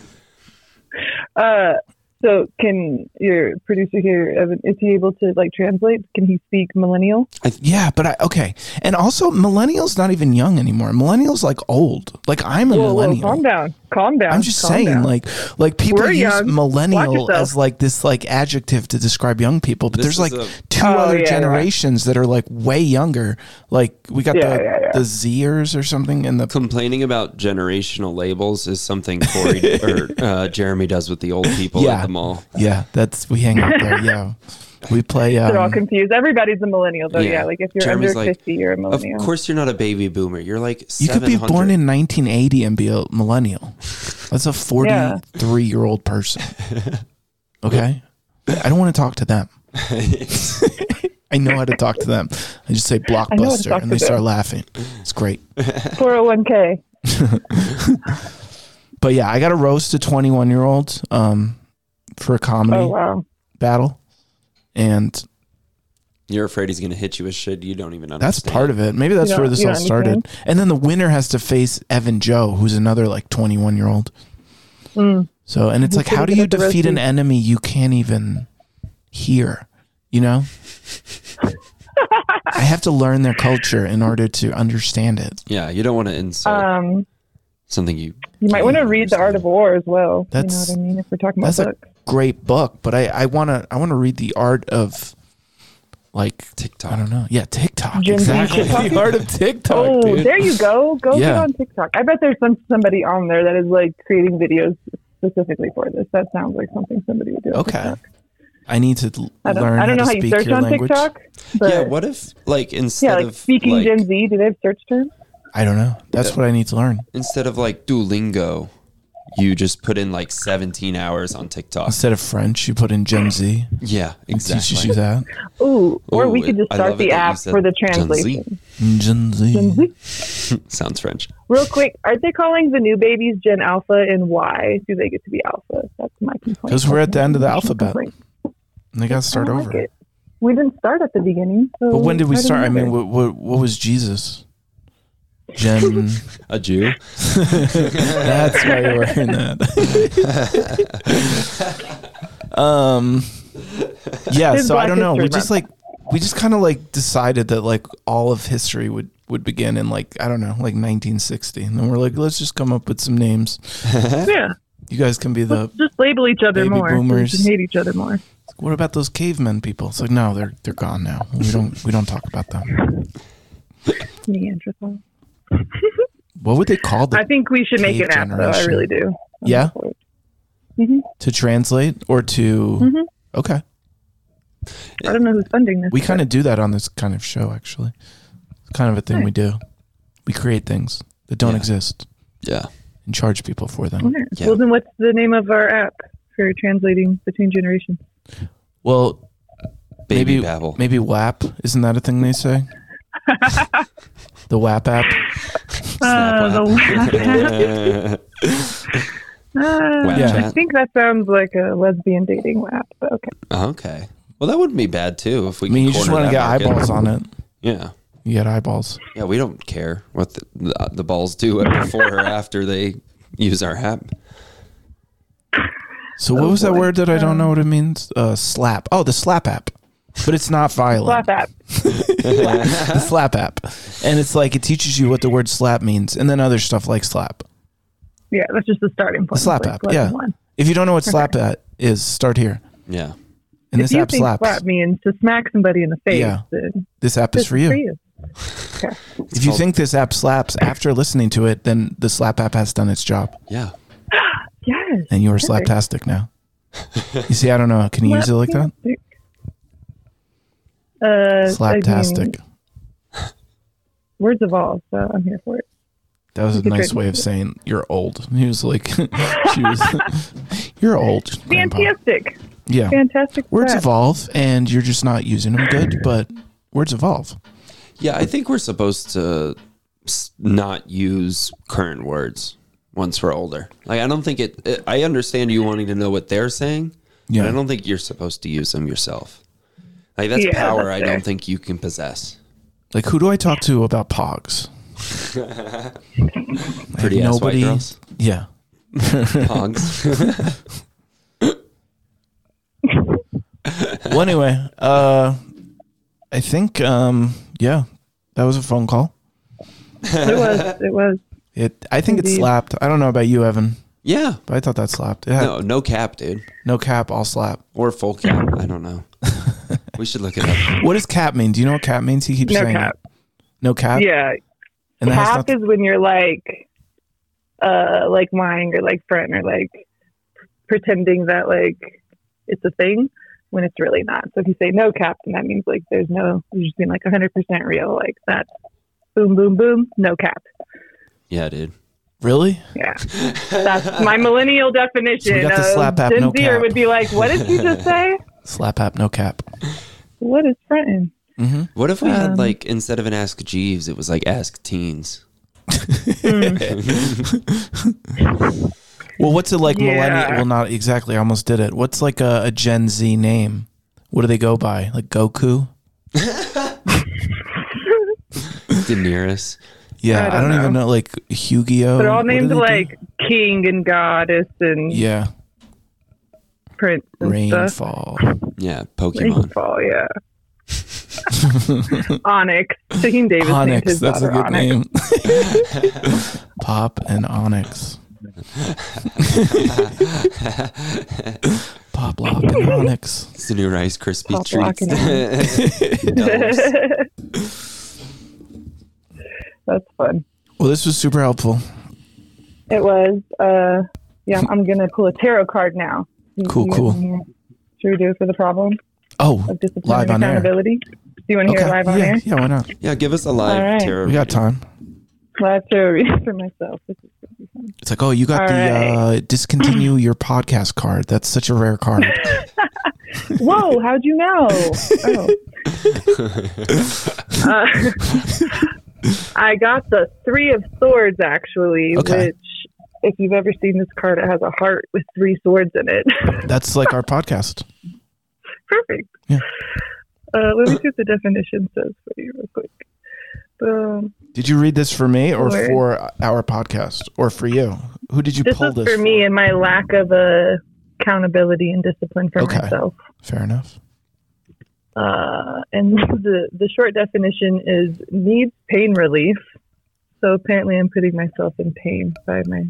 S3: Uh, so, can your producer here, Evan, is he able to like translate? Can he speak millennial?
S2: Yeah, but I okay. And also, millennials not even young anymore. Millennials like old. Like I'm a
S3: Whoa, whoa,
S2: millennial.
S3: calm down, calm down.
S2: I'm just
S3: calm
S2: saying,
S3: down.
S2: like, like people
S3: We're
S2: use
S3: young. Watch
S2: millennial
S3: yourself.
S2: as like this like adjective to describe young people, but
S1: This
S2: there's like
S1: is a-
S2: two
S3: Oh,
S2: other
S3: yeah, yeah.
S2: generations that are like way younger. Like we got
S3: Yeah,
S2: the
S3: yeah, yeah.
S2: the Zers or something, and the
S1: Complaining about generational labels is something Corey or uh, Jeremy does with the old people
S2: Yeah.
S1: at the mall.
S2: yeah, that's we hang out there. Yeah, we play. Um,
S3: they're all confused. Everybody's a millennial, though. Yeah,
S1: yeah.
S3: like if you're
S1: Jeremy's
S3: under
S1: like,
S3: fifty, you're a
S1: Of
S3: millennial.
S1: course, you're not a baby boomer. You're like
S2: you could be born in 1980 and be a millennial. That's a 43 year old person. Okay, I don't want to talk to them. I know how to talk to them. I just say
S3: know how to
S2: blockbuster,
S3: talk
S2: and
S3: to
S2: they start
S3: them.
S2: laughing. It's great.
S3: Four hundred one k.
S2: But yeah, I got to roast a 21 year old um, for a comedy
S3: Oh wow.
S2: battle. And
S1: You're afraid he's going to hit you with shit you don't even understand.
S2: that's part of it. Maybe that's
S3: You don't-
S2: where this
S3: you
S2: all
S3: don't
S2: started. And then the winner has to face Evan Joe, who's another like 21 year old.
S3: Hmm.
S2: So, and it's like,
S3: couldn't
S2: how do
S3: get
S2: you
S3: up the
S2: defeat an
S3: roasting.
S2: enemy you can't even hear? You know? I have to learn their culture in order to understand it.
S1: Yeah, you don't want to insult
S3: Um,
S1: something you.
S3: you might want to read the Art of War as well.
S2: That's-
S3: you know what I mean. If we're talking about
S2: That's a
S3: books,
S2: great book, but I, I wanna I wanna read the art of like
S1: TikTok.
S2: I don't know. Yeah, TikTok.
S3: Gen Z
S2: exactly.
S3: TikTok?
S2: The art of TikTok,
S3: oh,
S2: dude.
S3: there you go. Go get
S2: Yeah.
S3: on TikTok. I bet there's some somebody on there that is like creating videos specifically for this. That sounds like something somebody would do. on
S2: Okay.
S3: TikTok.
S2: I need to l-
S3: I don't,
S2: learn
S3: I don't
S2: how to
S3: know how you
S2: speak
S3: search
S2: your
S3: on
S2: language.
S3: TikTok. But
S1: Yeah, what if like instead
S3: yeah, like
S1: of
S3: speaking
S1: like,
S3: Gen Z, do they have search terms?
S2: I don't know. That's what I need to learn.
S1: instead of like Duolingo, you just put in like 17 hours on TikTok.
S2: Instead of French, you put in Gen Z.
S1: Yeah,
S2: Teaches
S1: exactly.
S2: you that.
S3: Ooh, or
S1: Ooh,
S3: we could just
S1: I
S3: start
S1: love it
S3: the
S1: that you
S3: app
S1: said
S3: for the
S1: Gen Z.
S3: translation.
S2: Gen Z.
S1: Sounds French.
S3: Real quick, aren't they calling the new babies Gen Alpha and why do they get to be Alpha? That's my complaint.
S2: 'Cause we're at the end of the alphabet.
S3: Complaint.
S2: And they got to
S3: I
S2: start
S3: don't
S2: over.
S3: like it. We didn't start at the beginning. So
S2: But when did we
S3: doesn't
S2: start? I
S3: matter.
S2: mean, what, what, what was Jesus? Gen.
S1: A Jew.
S2: That's why you're wearing that. um. Yeah.
S3: It's
S2: So I
S3: Black
S2: don't know. We
S3: History
S2: just like we just kind of like decided that like all of history would would begin in like I don't know like 1960, and then we're like let's just come up with some names.
S3: yeah,
S2: You guys can be the.
S3: just label each other
S2: Baby
S3: more. so we
S2: boomers.
S3: can hate each other more.
S2: What about those cavemen people? It's like no, they're they're gone now. We don't we don't talk about them.
S3: Neanderthal.
S2: What would they call them
S3: I think we should make
S2: Cave
S3: an app, though. I
S2: generation.
S3: really do.
S2: Yeah?
S3: hmm
S2: to translate or to?
S3: Mhm.
S2: Okay,
S3: I don't know who's funding this.
S2: we kind of do that on this kind of show actually. It's kind of a thing we do. We create things that don't
S1: Yeah.
S2: exist.
S1: Yeah.
S2: and charge people for them.
S3: Wonder.
S1: Yeah.
S3: Well, then what's the name of our app for translating between generations?
S2: Well,
S1: Baby
S2: maybe
S1: babble.
S2: maybe WAP isn't that a thing they say? the WAP app.
S3: Uh, the laugh app. Uh,
S1: Yeah.
S3: I think that sounds like a lesbian dating app, but okay.
S1: okay. Well, that wouldn't be bad too if we.
S2: I mean, you
S1: could
S2: just
S1: corner
S2: want to
S1: that
S2: get
S1: market.
S2: eyeballs on it.
S1: Yeah.
S2: You get eyeballs.
S1: Yeah, we don't care what the, the, the balls do before or after they use our app.
S2: So what was that
S3: boy.
S2: word that I don't know what it means? Uh, slap. Oh, the slap app. But it's not violent.
S3: Laugh app.
S2: the slap app. And it's like it teaches you what the word slap means and then other stuff like slap.
S3: Yeah, that's just the starting point.
S2: Slap
S3: Like
S2: app.
S3: lesson
S2: Yeah.
S3: one.
S2: If you don't know what slap at is, start here.
S1: Yeah.
S2: And
S3: If
S2: this
S3: you
S2: app
S3: think
S2: slaps.
S3: slap means to smack somebody in the face,
S2: Yeah.
S3: then
S2: This app
S3: this
S2: is for you. if you think this app slaps after listening to it, then the slap app has done its job,
S1: Yeah.
S3: Yes.
S2: and you are slaptastic now. you see, I don't know. Can you use it like that?
S3: Uh, I mean,
S2: Slaptastic.
S3: words evolve, so I'm here for it.
S2: That was a
S3: Good
S2: nice
S3: joke.
S2: way of saying you're old. He was like, she was, you're old. Grandpa.
S3: Fantastic.
S2: Yeah.
S3: Fantastic.
S2: Words
S3: slap.
S2: evolve, and you're just not using them good, but words evolve.
S1: Yeah, I think we're supposed to s- not use current words once we're older. Like, I don't think it, it- I understand you wanting to know what they're saying,
S2: Yeah.
S1: but I don't think you're supposed to use them yourself. Like, that's
S3: Yeah,
S1: power
S3: that's
S1: I don't
S3: fair.
S1: think you can possess.
S2: Like, who do I talk to about pogs? I have
S1: Pretty ass white girls.
S2: Yeah.
S1: Pogs.
S2: Well, anyway, uh, I think, um, yeah, that was a phone call.
S3: It was. It was.
S2: It, I think it
S3: Indeed.
S2: slapped. I don't know about you, Evan,
S1: yeah.
S2: but I thought that slapped. It had no,
S1: No, no cap, dude.
S2: cap, all slap.
S1: Or full cap. I don't know. We should look it up.
S2: What does cap mean? Do you know what cap means? He keeps
S3: No
S2: saying
S3: cap.
S2: it. No cap.
S3: Yeah.
S2: And that has
S3: Half
S2: nothing-
S3: is when you're like, uh, like lying or like front or like pretending that like it's a thing when it's really not. So if you say no cap, then that means like there's no, you're just being like 100% real. Like that. Boom, boom, boom. No cap.
S1: Yeah, dude.
S2: really?
S3: Yeah. That's my millennial definition.
S2: So we got the
S3: of
S2: slap app,
S3: Gen
S2: no
S3: Zer
S2: cap.
S3: would be like, what did you just say?
S2: Slap app, no cap.
S3: What is frontin'?
S2: hmm
S1: What if we had,
S3: Um,
S1: like, instead of an Ask Jeeves, it was like Ask Teens?
S3: Hmm.
S2: Well, what's it like?
S3: Yeah.
S2: Millennial? Well, not exactly. I almost did it. What's like a, a Gen Z name? What do they go by? Like Goku?
S1: Daenerys.
S2: Yeah,
S3: I
S2: I
S3: don't
S2: don't, even know. Like Hugio.
S3: They're all
S2: Um, What do
S3: named
S2: they do?
S3: like king and goddess and
S2: Yeah.
S3: prince and stuff.
S2: Rainfall.
S1: Yeah, Pokemon.
S3: Rainfall, yeah. Onyx. Shaquem Davis named
S2: Onyx.
S3: his
S2: That's a
S3: daughter
S2: good
S3: Onyx.
S2: name. Pop and Onyx. Pop Lock and Onyx.
S1: It's the new Rice Krispie
S3: Pop
S1: treats. Doubles.
S3: That's fun.
S2: Well, this was super helpful.
S3: It was. Uh, yeah, I'm gonna pull a tarot card now.
S2: Cool,
S3: You-
S2: cool.
S3: you- Should we do it for the problem
S2: Oh,
S3: of discipline
S2: live on
S3: and
S2: air.
S3: accountability? Do you want to hear it live on
S2: yeah,
S3: air?
S2: yeah, why not?
S1: yeah, give us a live
S3: All right.
S1: tarot.
S2: We got time.
S3: Live tarot reading for myself. This is gonna be fun.
S2: It's like, oh, you got
S3: All
S2: the
S3: right.
S2: uh, discontinue your podcast card. That's such a rare card.
S3: Whoa, how'd you know? Oh. Uh, I got the Three of Swords, actually,
S2: Okay.
S3: which, if you've ever seen this card, it has a heart with three swords in it.
S2: That's like our podcast.
S3: Perfect.
S2: Yeah.
S3: Uh, let me see what the definition says for you, real quick. Boom.
S2: Did you read this for me or
S3: Sure.
S2: for our podcast or for you? Who did you
S3: This
S2: pull
S3: was
S2: this
S3: for me and my lack of uh, accountability and discipline for
S2: Okay.
S3: myself.
S2: Fair enough.
S3: Uh, and the, the short definition is needs pain relief. So apparently, I'm putting myself in pain by my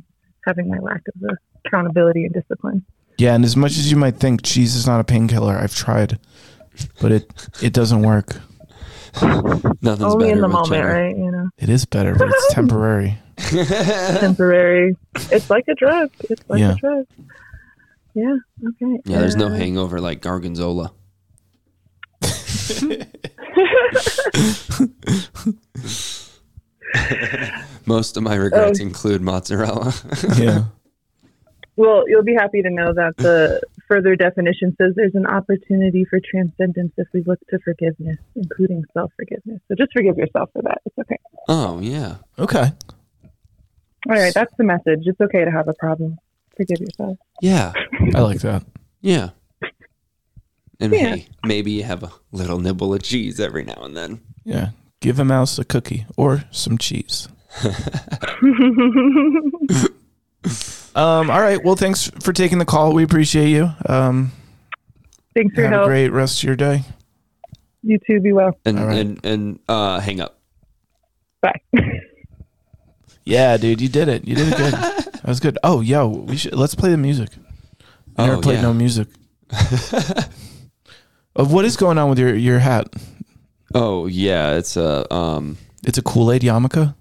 S3: having my lack of the accountability and discipline.
S2: Yeah, and as much as you might think cheese is not a painkiller, I've tried, but it it doesn't work.
S1: Nothing's
S3: Only
S1: better
S3: in the
S1: with
S3: moment,
S1: cheddar.
S3: right? You know,
S2: It is better, but it's temporary.
S3: temporary. it's like a drug. It's like
S2: Yeah.
S3: a drug. Yeah. Okay.
S1: Yeah, there's no
S3: Uh,
S1: hangover like Gargonzola. Most of my
S3: Oh.
S1: regrets include mozzarella.
S2: Yeah.
S3: Well, you'll be happy to know that the further definition says there's an opportunity for transcendence if we look to forgiveness, including self forgiveness. So just forgive yourself for that. It's okay.
S1: oh yeah,
S2: Okay.
S3: All right, that's the message. It's okay to have a problem. Forgive yourself.
S1: yeah,
S2: I like that.
S1: yeah. And
S3: Yeah.
S1: hey, maybe you have a little nibble of cheese every now and then.
S2: Yeah. Give a mouse a cookie or some cheese. Um, all right. Well, thanks for taking the call. We appreciate you. Um,
S3: Thanks for your
S2: have a
S3: help.
S2: great rest of your day.
S3: you too. Be well.
S1: And
S2: All right.
S1: and and uh, hang up.
S3: Bye.
S2: Yeah, dude, you did it. You did it good. that was good. Oh, yo, we should let's play the music. I never
S1: Oh,
S2: played
S1: yeah.
S2: no music. of what is going on with your your hat?
S1: Oh yeah, it's a um
S2: It's a Kool Aid yarmulke.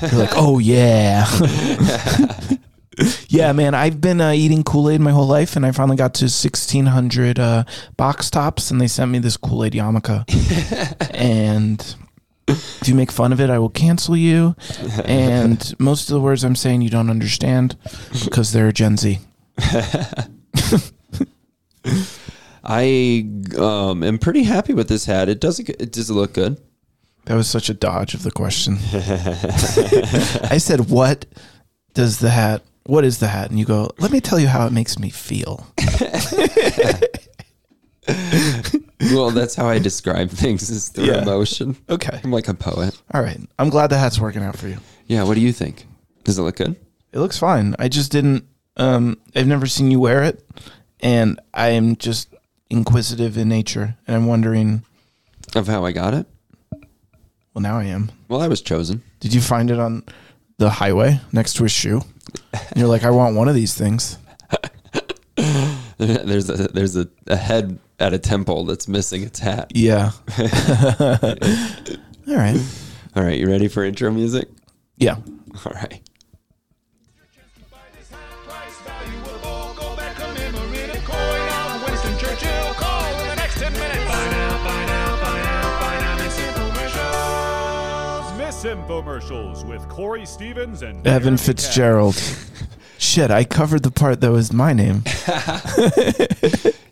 S2: You're like, oh yeah, yeah, man. I've been uh, eating Kool Aid my whole life, and I finally got to 1,600 uh, box tops, and they sent me this Kool Aid yarmulke. and if you make fun of it, I will cancel you. And most of the words I'm saying you don't understand because they're Gen Z.
S1: I um am pretty happy with this hat. It does it does look good.
S2: That was such a dodge of the question. I said, "What does the hat? What is the hat?" And you go, "Let me tell you how it makes me feel."
S1: Well, that's how I describe things is through
S2: Yeah.
S1: emotion.
S2: Okay.
S1: I'm like a poet.
S2: All right. I'm glad the hat's working out for you.
S1: Yeah, what do you think? Does it look good?
S2: It looks fine. I just didn't. Um, I've never seen you wear it, and I am just inquisitive in nature, and I'm wondering.
S1: Of how I got it?
S2: Well, now I am.
S1: Well, I was chosen.
S2: Did you find it on the highway next to a shoe? And you're like, I want one of these things.
S1: There's a there's a, a head at a temple that's missing its hat.
S2: Yeah. All right.
S1: All right, you ready for intro music?
S2: Yeah.
S1: All right.
S4: Price valuable. Go back a memory to coin out Winston Churchill. Call in the next 10 minutes. Buy now, buy now, buy now, buy now. Miss infomercials.
S5: Miss Infomercials with Corey Stevens and Jeremy
S2: Evan
S5: Katz.
S2: Fitzgerald. Shit, I covered the part that was my name.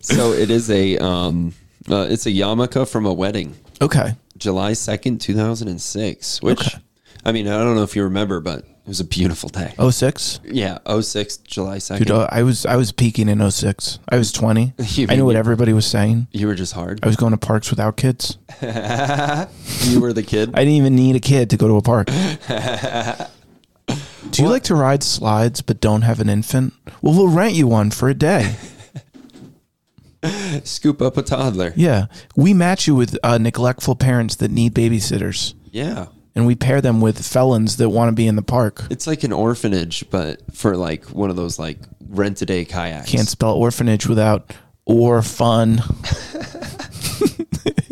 S1: So it is a um uh, it's a yarmulke from a wedding.
S2: Okay.
S1: July 2nd, 2006, which I mean, I don't know if you remember, but it was a beautiful day.
S2: Oh six.
S1: Yeah, 06, July 2nd.
S2: Dude, uh, I was I was peaking in 06. I was 20.
S1: You
S2: I knew
S1: mean-
S2: what everybody was saying.
S1: you were just hard.
S2: I was going to parks without kids.
S1: you were the kid.
S2: I didn't even need a kid to go to a park. Do you like to ride slides but don't have an infant? Well, we'll rent you one for a day.
S1: Scoop up a toddler.
S2: Yeah. We match you with uh, neglectful parents that need babysitters,
S1: Yeah.
S2: and we pair them with felons that want to be in the park.
S1: It's like an orphanage, but for like one of those like rent a day kayaks.
S2: Can't spell orphanage without or fun.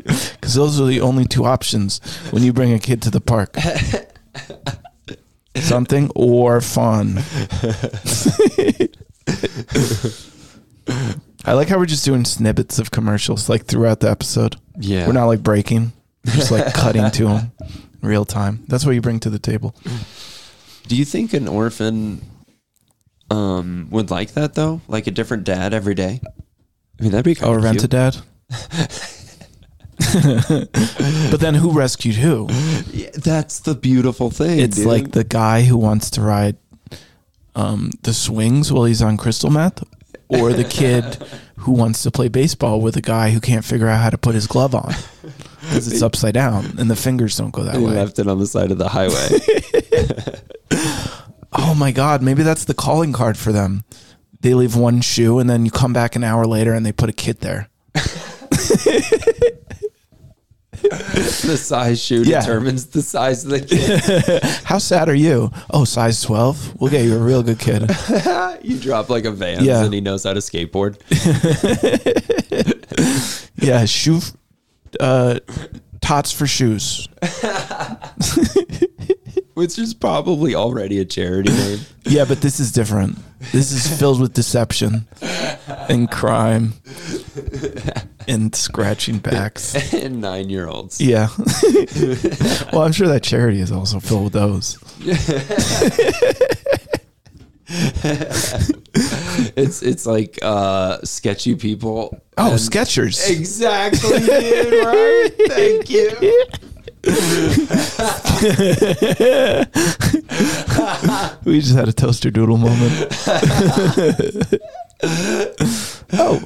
S2: Because those are the only two options when you bring a kid to the park. Something or fun. I like how we're just doing snippets of commercials like throughout the episode.
S1: Yeah.
S2: We're not like breaking, we're just like cutting to them in real time. That's what you bring to the table.
S1: Do you think an orphan um would like that though? Like a different dad every day? I mean, that'd be kind
S2: Oh, rent a dad? but then who rescued who?
S1: That's the beautiful thing.
S2: It's
S1: dude.
S2: like the guy who wants to ride um, the swings while he's on crystal meth, or the kid who wants to play baseball with a guy who can't figure out how to put his glove on because it's upside down and the fingers don't go that
S1: They
S2: way.
S1: left it on the side of the highway.
S2: Oh my God, maybe that's the calling card for them. They leave one shoe and then you come back an hour later and they put a kid there.
S1: the size shoe
S2: Yeah.
S1: determines the size of the kid.
S2: How sad are you? Oh, size 12? We'll get you a real good kid.
S1: you drop like a Vans
S2: Yeah.
S1: and he knows how to skateboard.
S2: Yeah, shoe, uh, tots for shoes.
S1: Which is probably already a charity name.
S2: Yeah, but this is different. This is filled with deception and crime and scratching backs.
S1: and nine year olds.
S2: Yeah. well, I'm sure that charity is also filled with those.
S1: It's it's like uh sketchy people.
S2: Oh,
S1: and-
S2: Skechers.
S1: Exactly, dude, right? Thank you.
S2: We just had a toaster doodle moment. oh,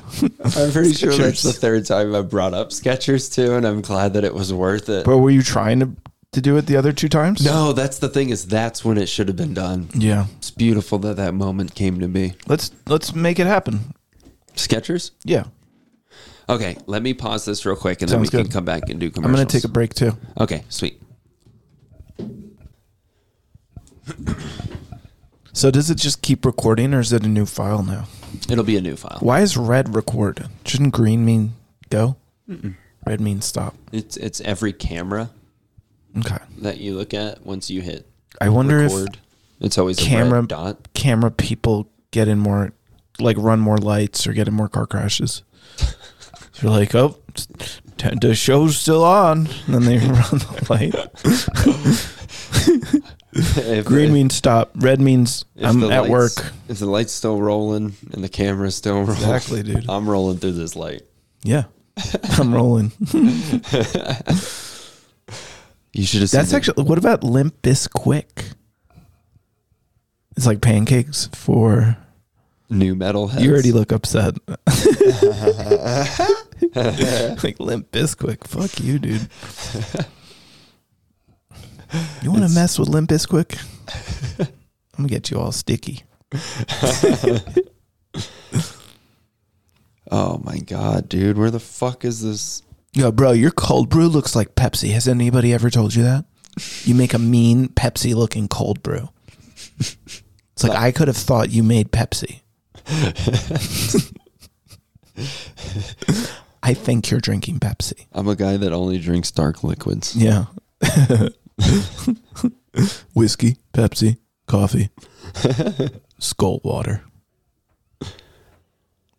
S1: I'm pretty sure that's
S2: Skechers.
S1: the third time I brought up Skechers too, and I'm glad that it was worth it.
S2: but were you trying to to do it the other two times?
S1: no, that's the thing is that's when it should have been done.
S2: Yeah.
S1: It's beautiful that that moment came to be.
S2: Let's let's make it happen.
S1: Skechers?
S2: Yeah.
S1: Okay, let me pause this real quick, and
S2: Sounds
S1: then we
S2: good.
S1: can come back and do
S2: I'm
S1: commercials.
S2: going to take a break too.
S1: a. Okay, sweet.
S2: So does it just keep recording or is it a new file now?
S1: It'll be a new file.
S2: Why is red record? Shouldn't green mean go? Red means stop.
S1: It's it's every camera
S2: Okay.
S1: that you look at once you hit
S2: I wonder
S1: record. It's always a
S2: camera-
S1: red dot.
S2: if camera people get in more, like run more lights or get in more car crashes. They're like, oh, it's- t- the show's still on. And then they run the light.
S1: If-
S2: Green
S1: if-
S2: means stop. Red means
S1: if
S2: I'm
S1: the
S2: at
S1: lights-
S2: work.
S1: If the light's still rolling and the camera's still rolling,
S2: Exactly, dude.
S1: I'm rolling through this light.
S2: Yeah. I'm rolling.
S1: You should have. seen
S2: That's
S1: the-
S2: actually. What about limp bis quick? It's like pancakes for.
S1: new metal. Heads.
S2: You already look upset. like limp bisquick. Fuck you, dude. You want to mess with limp bisquick? I'm gonna get you all sticky.
S1: Oh my god, dude, where the fuck is this?
S2: Yo, bro, your cold brew looks like Pepsi. Has anybody ever told you that? You make a mean Pepsi looking cold brew. It's like I could have thought you made Pepsi. I think you're drinking Pepsi.
S1: I'm a guy that only drinks dark liquids.
S2: Yeah. Whiskey, Pepsi, coffee, skull water.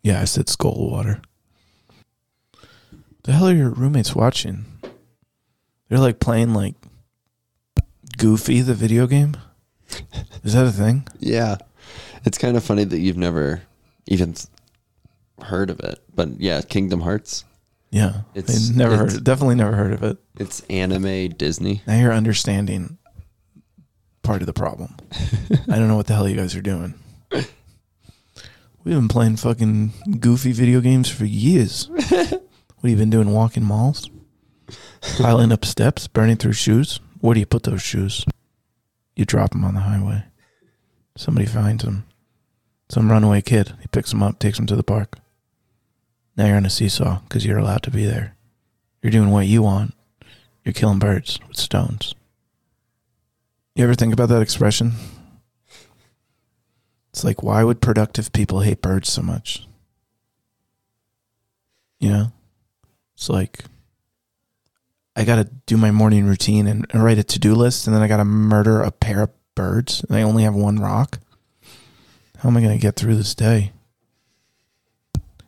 S2: Yeah, I said skull water. The hell are your roommates watching? They're like playing like Goofy, the video game. Is that a thing?
S1: Yeah, it's kind of funny that you've never even th- heard of it, but yeah, Kingdom Hearts.
S2: Yeah,
S1: It's-
S2: I never
S1: it's-
S2: heard. Definitely never heard of it.
S1: It's anime Disney.
S2: Now you're understanding part of the problem. I don't know what the hell you guys are doing. We've been playing fucking goofy video games for years. What have you been doing? Walking malls? Piling up steps? Burning through shoes? Where do you put those shoes? You drop them on the highway. Somebody finds them. Some runaway kid. He picks them up, takes them to the park. Now you're on a seesaw because you're allowed to be there. You're doing what you want. You're killing birds with stones. You ever think about that expression? It's like, why would productive people hate birds so much? You know? It's like, I got to do my morning routine and, and write a to do list, and then I got to murder a pair of birds, and I only have one rock. How am I going to get through this day?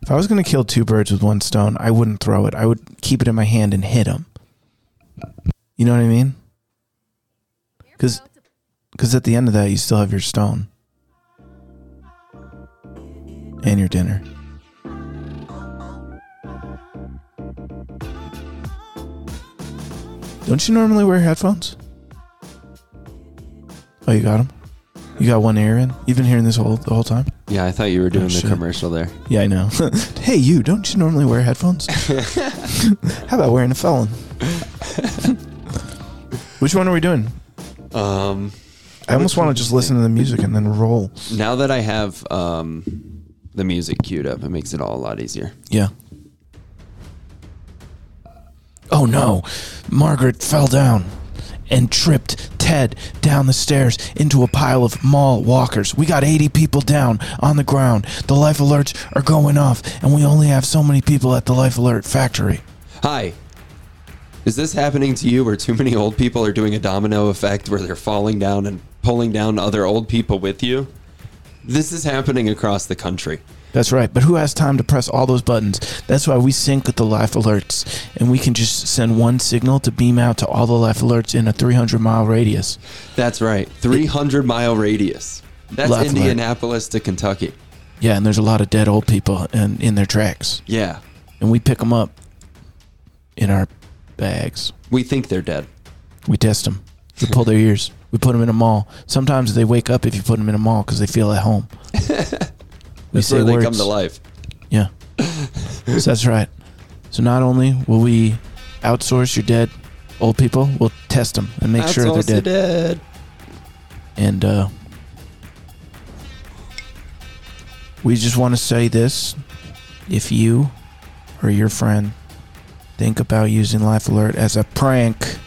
S2: If I was going to kill two birds with one stone, I wouldn't throw it. I would keep it in my hand and hit them. You know what I mean? Because at the end of that, you still have your stone and your dinner. Don't you normally wear headphones? Oh, you got them? You got one ear in? You've been hearing this whole the whole time?
S1: Yeah, I thought you were doing the
S2: Oh, shit.
S1: commercial there.
S2: Yeah, I know. hey, you, don't you normally wear headphones? How about wearing a felon? Which one are we doing?
S1: Um,
S2: I almost want to just listen to the music and then roll.
S1: now that I have um the music queued up, it makes it all a lot easier.
S2: Yeah. Oh no! Margaret fell down and tripped Ted down the stairs into a pile of mall walkers. We got 80 people down on the ground. The life alerts are going off, and we only have so many people at the life alert factory.
S1: Hi. Is this happening to you where too many old people are doing a domino effect where they're falling down and pulling down other old people with you? This is happening across the country.
S2: That's right. But who has time to press all those buttons? That's why we sync with the life alerts, and we can just send one signal to beam out to all the life alerts in a 300 mile radius.
S1: That's right. 300 mile radius. That's
S2: Laugh alert.
S1: Indianapolis to Kentucky.
S2: Yeah, and there's a lot of dead old people in, in their tracks,
S1: Yeah.
S2: and we pick them up in our bags.
S1: We think they're dead.
S2: We test them. We pull their ears. We put them in a mall. Sometimes they wake up if you put them in a mall because they feel at home. we
S1: That's where they come to life.
S2: Yeah. so that's right. So not only will we outsource your dead old people, we'll test them and make sure
S1: Outsource
S2: they're
S1: the
S2: dead. And uh, we just want to say this: if you or your friend think about using Life Alert as a prank,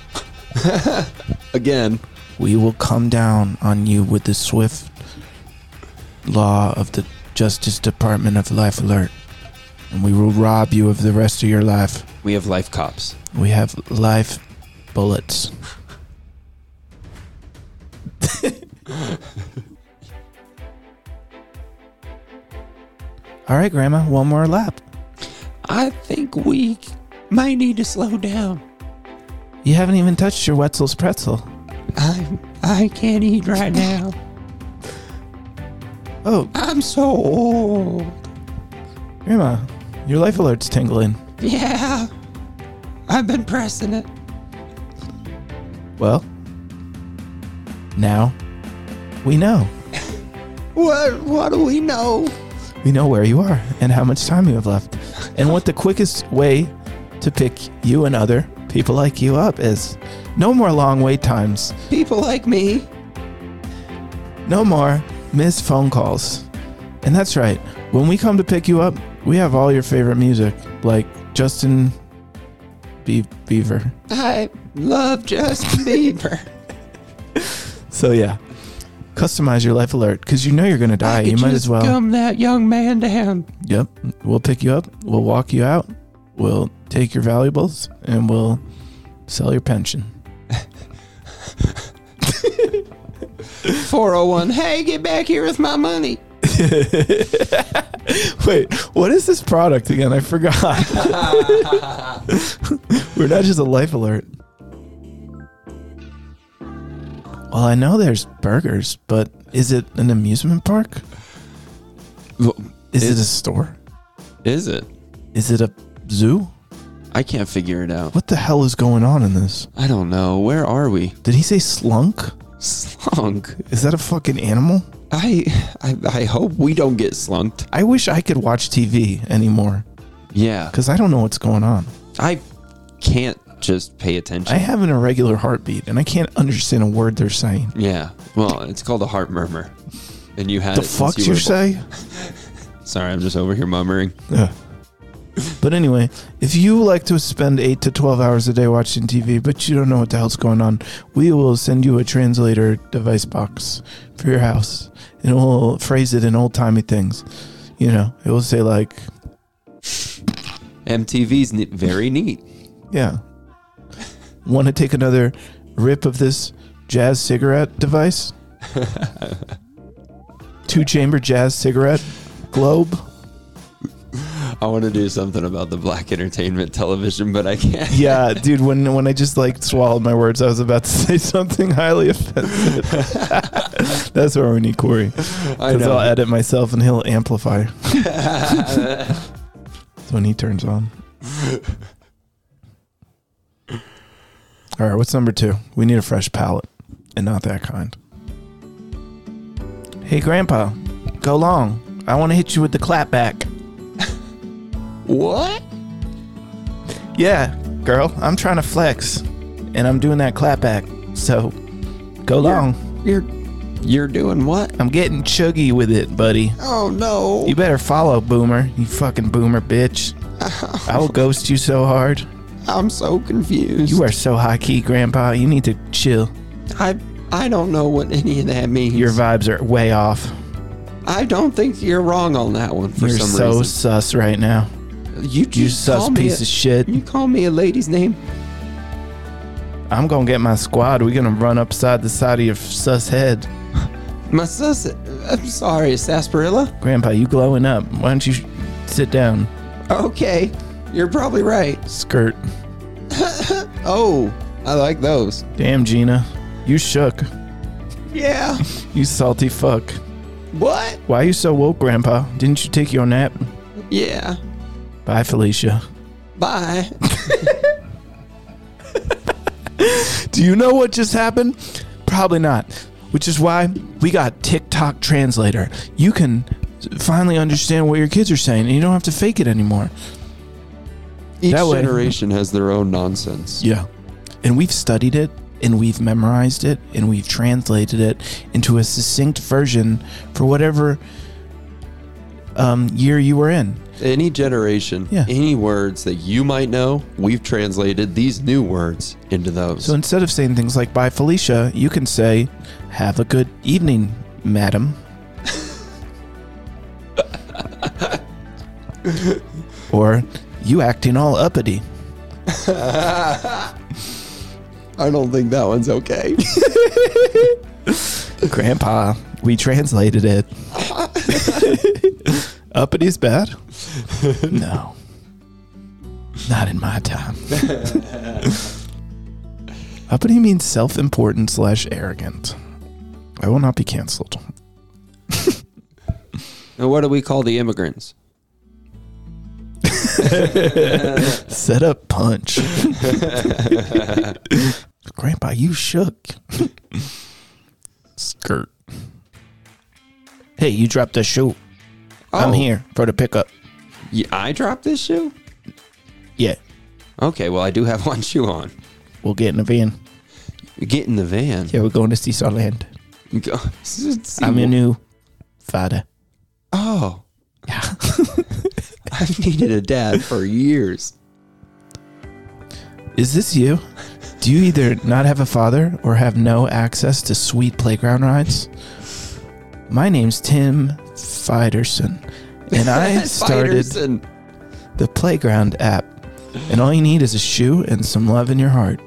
S1: Again,
S2: we will come down on you with the swift law of the Justice Department of Life Alert, and we will rob you of the rest of your life.
S1: We have life cops.
S2: We have live bullets. All right, Grandma, one more lap.
S1: I think we might need to slow down.
S2: You haven't even touched your Wetzel's pretzel.
S1: I I can't eat right now.
S2: Oh,
S1: I'm so old.
S2: Grandma, your life alert's tingling.
S1: Yeah. I've been pressing it.
S2: Well, now we know.
S1: What what do we know?
S2: We know where you are and how much time you have left, and what the quickest way to pick you and other people like you up is. No more long wait times.
S1: People like me.
S2: No more missed phone calls. And that's right. When we come to pick you up, we have all your favorite music, like Justin Be- Beaver.
S1: I love Justin Bieber.
S2: So yeah, customize your life alert because you know you're gonna die.
S1: I
S2: You
S1: could
S2: might
S1: just
S2: as well.
S1: Gum that young man down.
S2: Yep. We'll pick you up. We'll walk you out. We'll take your valuables and we'll sell your pension.
S1: 401. Hey, get back here with my money.
S2: Wait, what is this product again? I forgot. We're not just a life alert. Well, I know there's burgers, but is it an amusement park? Is it a store?
S1: Is it?
S2: Is it a zoo?
S1: I can't figure it out.
S2: What the hell is going on in this?
S1: I don't know. Where are we?
S2: Did he say slunk?
S1: Slunk.
S2: Is that a fucking animal?
S1: I, I I hope we don't get slunked.
S2: I wish I could watch TV anymore
S1: Yeah.
S2: because I don't know what's going on.
S1: I can't just pay attention.
S2: I have an irregular heartbeat and I can't understand a word they're saying.
S1: yeah. Well, it's called a heart murmur. And you had
S2: The
S1: it since
S2: fuck
S1: you
S2: you
S1: were born.
S2: say?
S1: Sorry, I'm just over here murmuring.
S2: Ugh. but anyway, if you like to spend eight to twelve hours a day watching TV, but you don't know what the hell's going on, we will send you a translator device box for your house, and we'll phrase it in old timey things. You know, it will say like,
S1: MTV's ne- very neat.
S2: "Yeah, want to take another rip of this jazz cigarette device? Two chamber jazz cigarette globe."
S1: I want to do something about the black entertainment television, but I can't.
S2: Yeah, dude. When when I just like swallowed my words, I was about to say something highly offensive. That's where we need Corey
S1: I
S2: because
S1: know.
S2: I'll edit myself and he'll amplify. That's when he turns on. All right, what's number two? We need a fresh palate, and not that kind. Hey, Grandpa, go long. I want to hit you with the clap back.
S1: what?
S2: Yeah, girl, I'm trying to flex, and I'm doing that clap back. So, go long.
S1: You're you're doing what?
S2: I'm getting chuggy with it, buddy.
S1: Oh no.
S2: You better follow, Boomer. You fucking Boomer bitch. I will ghost you so hard.
S1: I'm so confused.
S2: You are so high key, Grandpa. You need to chill.
S1: I I don't know what any of that means.
S2: Your vibes are way off.
S1: I don't think you're wrong on that one for
S2: You're
S1: some
S2: so
S1: reason.
S2: sus right now.
S1: You
S2: You
S1: just
S2: sus
S1: call me
S2: piece
S1: a-
S2: of shit.
S1: You call me a lady's name?
S2: I'm gonna get my squad. We're gonna run upside the side of your sus head.
S1: My sus. I'm sorry, sarsaparilla.
S2: Grandpa, you glowing up. Why don't you sh- sit down?
S1: Okay, you're probably right.
S2: Skirt.
S1: Oh, I like those.
S2: Damn, Gina. You shook.
S1: Yeah.
S2: You salty fuck.
S1: what?
S2: Why are you so woke, Grandpa? Didn't you take your nap?
S1: Yeah.
S2: Bye, Felicia.
S1: Bye.
S2: Do you know what just happened? Probably not. Which is why we got TikTok Translator. You can finally understand what your kids are saying, and you don't have to fake it anymore.
S1: Each
S2: That way-
S1: generation has their own nonsense.
S2: Yeah. And we've studied it and we've memorized it and we've translated it into a succinct version for whatever um, year you were in.
S1: Any generation,
S2: Yeah.
S1: any words that you might know, we've translated these new words into those.
S2: So instead of saying things like bye, Felicia, you can say, have a good evening, madam. or you acting all uppity.
S1: I don't think that one's okay.
S2: Grandpa, we translated it. Uppity's bad? No. Not in my time. Uppity means self important slash arrogant. I will not be canceled.
S1: and what do we call the immigrants?
S2: Set up punch. Grandpa, you shook. Skirt. Hey, you dropped the shoe. I'm
S1: Oh,
S2: here for the pickup.
S1: y- I dropped this shoe?
S2: Yeah,
S1: Okay, well, I do have one shoe on.
S2: we'll get in the van.
S1: Get in the van.
S2: Yeah, we're going to Seesaw Land.
S1: Go- See-
S2: I'm your new father.
S1: Oh,
S2: Yeah.
S1: I've needed a dad for years.
S2: Is this you? Do you either not have a father or have no access to sweet playground rides? My name's Tim Fiderson, and I started
S1: Spiders and-
S2: the playground app. And all you need is a shoe and some love in your heart.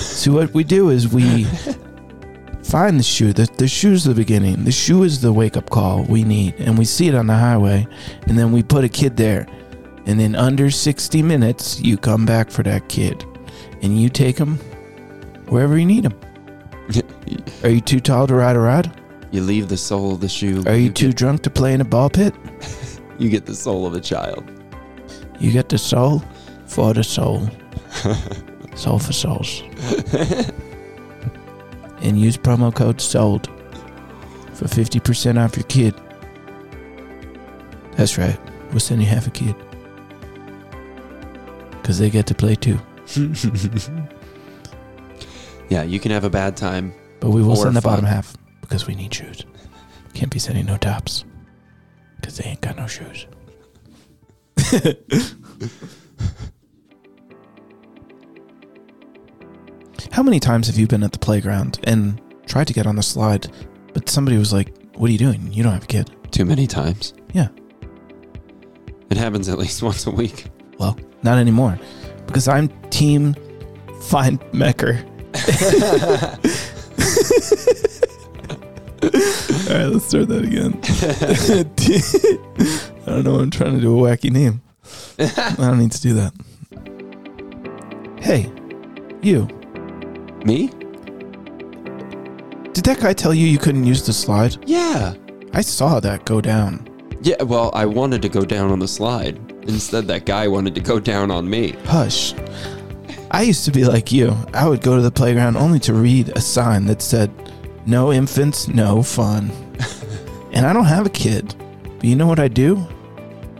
S2: So what we do is we find the shoe. The, the shoe's the beginning. The shoe is the wake up call we need. And we see it on the highway. And then we put a kid there. And in under 60 minutes, you come back for that kid. And you take him wherever you need him. Are you too tall to ride a ride?
S1: you leave the soul of the shoe.
S2: Are you too drunk to play in a ball pit?
S1: Get, you get the soul of a child.
S2: You get the soul for the soul. soul for souls. and use promo code SOLD for 50% off your kid. That's right. We'll send you half a kid. Because they get to play too.
S1: Yeah, you can have a bad time.
S2: But we will
S1: Or
S2: send the bottom
S1: fun.
S2: half because we need shoes. Can't be sending no tops because they ain't got no shoes. How many times have you been at the playground and tried to get on the slide, but somebody was like, What are you doing? You don't have a kid.
S1: Too many times.
S2: Yeah.
S1: It happens at least once a week.
S2: Well, not anymore because I'm team find Mecker. All right, let's start that again. I don't know. I'm trying to do a wacky name. I don't need to do that. Hey, you.
S1: Me?
S2: Did that guy tell you you couldn't use the slide?
S1: Yeah.
S2: I saw that go down.
S1: Yeah, well, I wanted to go down on the slide. Instead, that guy wanted to go down on me.
S2: Hush. I used to be like you. I would go to the playground only to read a sign that said, No infants, no fun. and I don't have a kid. But you know what I do?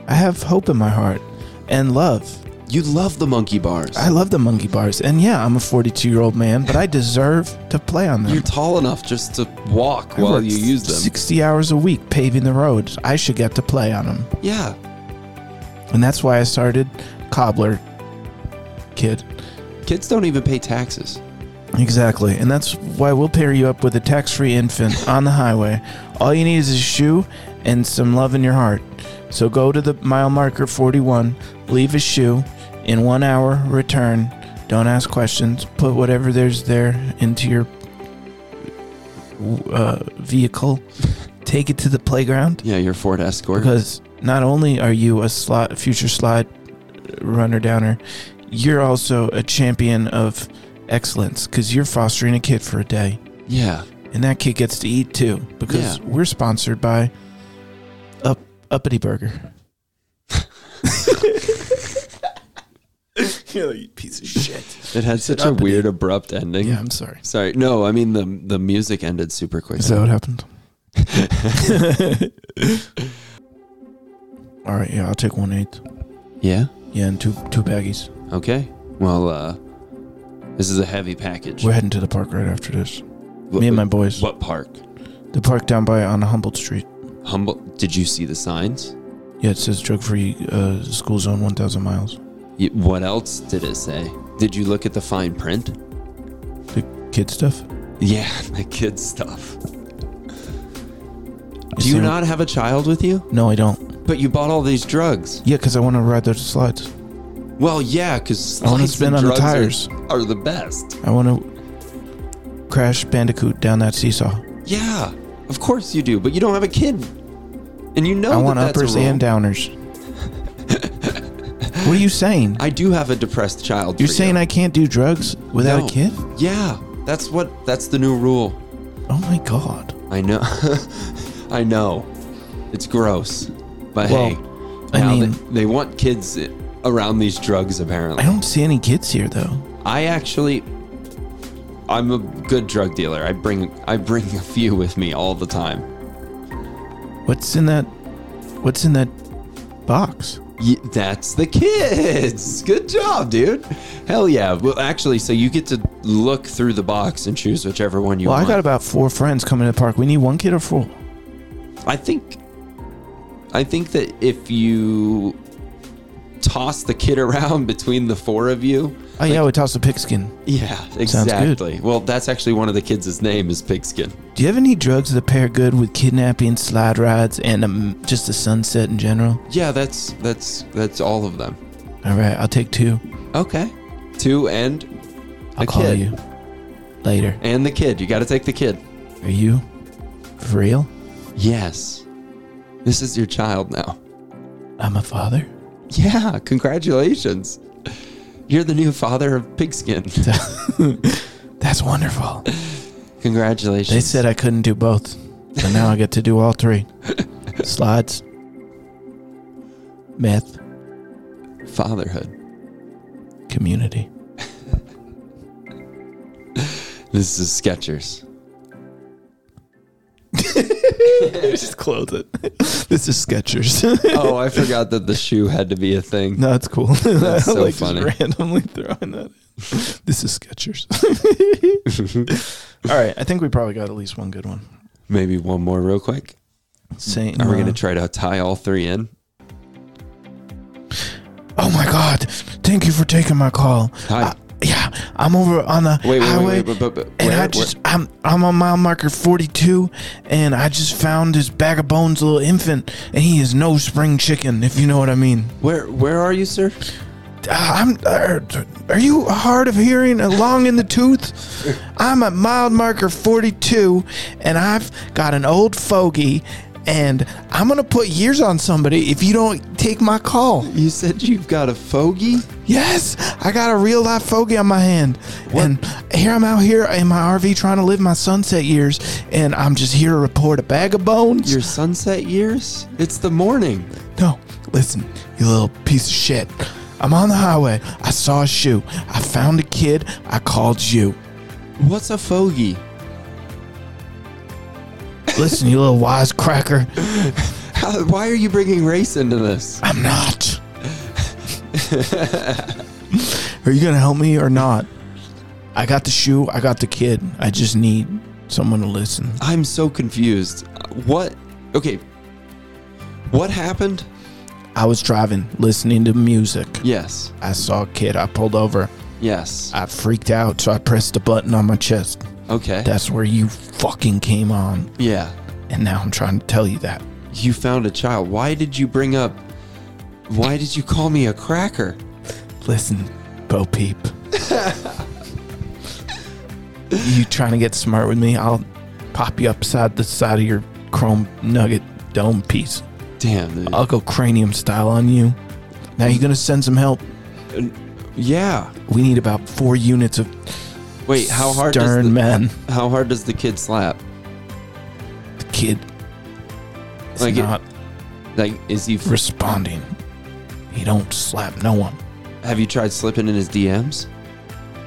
S2: I have hope in my heart and love.
S1: You love the monkey bars.
S2: I love the monkey bars. And yeah, I'm a 42 year old man, but I deserve to play on them.
S1: You're tall enough just to walk
S2: I
S1: while
S2: worked
S1: you use them.
S2: 60 hours a week paving the roads. I should get to play on them.
S1: Yeah.
S2: And that's why I started Cobbler Kid.
S1: Kids don't even pay taxes.
S2: Exactly. And that's why we'll pair you up with a tax free infant on the highway. All you need is a shoe and some love in your heart. So go to the mile marker 41, leave a shoe, in one hour, return. Don't ask questions. Put whatever there's there into your uh, vehicle. Take it to the playground
S1: Yeah, your Ford Escort.
S2: because not only are you a slot future slide runner downer, you're also a champion of excellence because you're fostering a kid for a day,
S1: Yeah.
S2: and that kid gets to eat too because
S1: Yeah.
S2: we're sponsored by Up Uppity Burger. you're like, piece of shit.
S1: It had such a
S2: uppity.
S1: weird, abrupt ending.
S2: Yeah, I'm sorry.
S1: Sorry. No, I mean, the, the music ended super quick.
S2: Is that what happened? All right, yeah, I'll take one eighth.
S1: yeah?
S2: Yeah, and two two baggies.
S1: Okay. Well, uh, this is a heavy package.
S2: We're heading to the park right after this.
S1: What-
S2: me and my boys.
S1: What park?
S2: The park down by on Humboldt Street.
S1: Humble. Did you see the signs?
S2: Yeah, it says drug free uh, school zone 1,000 miles.
S1: Y- What else did it say? Did you look at the fine print?
S2: The kid stuff.
S1: Yeah, the kids stuff. Do
S2: Is
S1: you
S2: there-
S1: not have a child with you?
S2: No, I don't.
S1: But you bought all these drugs.
S2: Yeah, because I want to ride those slides.
S1: Well, yeah, because
S2: I wanna
S1: slides
S2: spin
S1: and
S2: on the
S1: drugs are-
S2: tires.
S1: Are, the best.
S2: I want to crash Bandicoot down that seesaw.
S1: Yeah, of course you do, but you don't have a kid, and you know
S2: I
S1: that
S2: want
S1: that's a
S2: uppers
S1: rule.
S2: and downers. what are you saying?
S1: I do have a depressed child.
S2: You're
S1: for
S2: saying
S1: you.
S2: I can't do drugs without
S1: No.
S2: a kid?
S1: Yeah, that's what. That's the new rule.
S2: Oh my god.
S1: I know. I know. It's gross, but
S2: Well,
S1: hey,
S2: I
S1: now
S2: mean-
S1: they, they want kids around these drugs. Apparently,
S2: I don't see any kids here though.
S1: I actually I'm a good drug dealer. I bring I bring a few with me all the time.
S2: What's in that what's in that box?
S1: Ye that's the kids. Good job, dude. Hell yeah. Well, actually, so you get to look through the box and choose whichever one you
S2: Well, I
S1: want.
S2: got about four friends coming to the park. We need one kid or four.
S1: I think I think that if you toss the kid around between the four of you,
S2: Oh yeah, we toss a pigskin.
S1: yeah,
S2: good.
S1: exactly. Well, that's actually one of the kids' name is Pigskin.
S2: Do you have any drugs that pair good with kidnapping, slide rides, and um, just the sunset in general?
S1: Yeah, that's that's that's all of them.
S2: All right, I'll take two.
S1: Okay. Two and
S2: I'll
S1: a
S2: call
S1: kid.
S2: you later.
S1: And the kid. You got to take the kid.
S2: Are you for real?
S1: Yes. This is your child now.
S2: I'm a father.
S1: Yeah. Congratulations. You're the new father of Pigskin.
S2: That's wonderful.
S1: Congratulations.
S2: They said I couldn't do both, but now I get to do all three. Slides, meth,
S1: fatherhood.
S2: community.
S1: This is Skechers.
S2: Just close it. this is Skechers.
S1: Oh, I forgot that the shoe had to be a thing.
S2: no, it's cool.
S1: That's
S2: I
S1: so
S2: like
S1: funny.
S2: just randomly throwing that. In. This is Skechers. all right, I think we probably got at least one good one.
S1: Maybe one more real quick.
S2: Saint.
S1: Are we going
S2: uh,
S1: to try to tie all three in?
S2: Oh my God! Thank you for taking my call.
S1: Hi.
S2: Uh, yeah, I'm over on the
S1: Wait, wait, wait,
S2: highway,
S1: wait, but- but- but
S2: and
S1: where-
S2: I
S1: where-
S2: just I'm I'm on mile marker 42, and I just found this bag of bones little infant, and he is no spring chicken, if you know what I mean.
S1: Where where are you, sir?
S2: Uh, I'm uh, are you hard of hearing and long in the tooth? I'm at mile marker 42, and I've got an old fogey, and I'm gonna put years on somebody if you don't take my call.
S1: You said you've got a fogey?
S2: Yes, I got a real life fogey on my hand. And here I'm out here in my RV trying to live my sunset years, and I'm just here to report a bag of bones.
S1: Your sunset years? It's the morning.
S2: no, listen, you little piece of shit. I'm on the highway. I saw a shoe. I found a kid. I called you.
S1: What's a fogey?
S2: Listen, you little wisecracker.
S1: How, why are you bringing race into this?
S2: I'm not. Are you going to help me or not? I got the shoe. I got the kid. I just need someone to listen.
S1: I'm so confused. What? Okay. What happened?
S2: I was driving, listening to music.
S1: Yes.
S2: I saw a kid. I pulled over.
S1: Yes.
S2: I freaked out, so I pressed the button on my chest.
S1: Okay.
S2: That's where you fucking came on.
S1: Yeah.
S2: And now I'm trying to tell you that.
S1: You found a child. Why did you bring up. Why did you call me a cracker?
S2: Listen, Bo Peep. you trying to get smart with me? I'll pop you upside the side of your chrome nugget dome piece.
S1: Damn, dude.
S2: I'll go cranium style on you. Now you gonna send some help.
S1: yeah.
S2: We need about four units of
S1: Wait, how hard
S2: stern
S1: does the,
S2: men.
S1: How hard does the kid slap?
S2: The kid is
S1: Like it-
S2: not
S1: Like, is he.
S2: responding. He don't slap no one.
S1: Have you tried slipping in his DMs?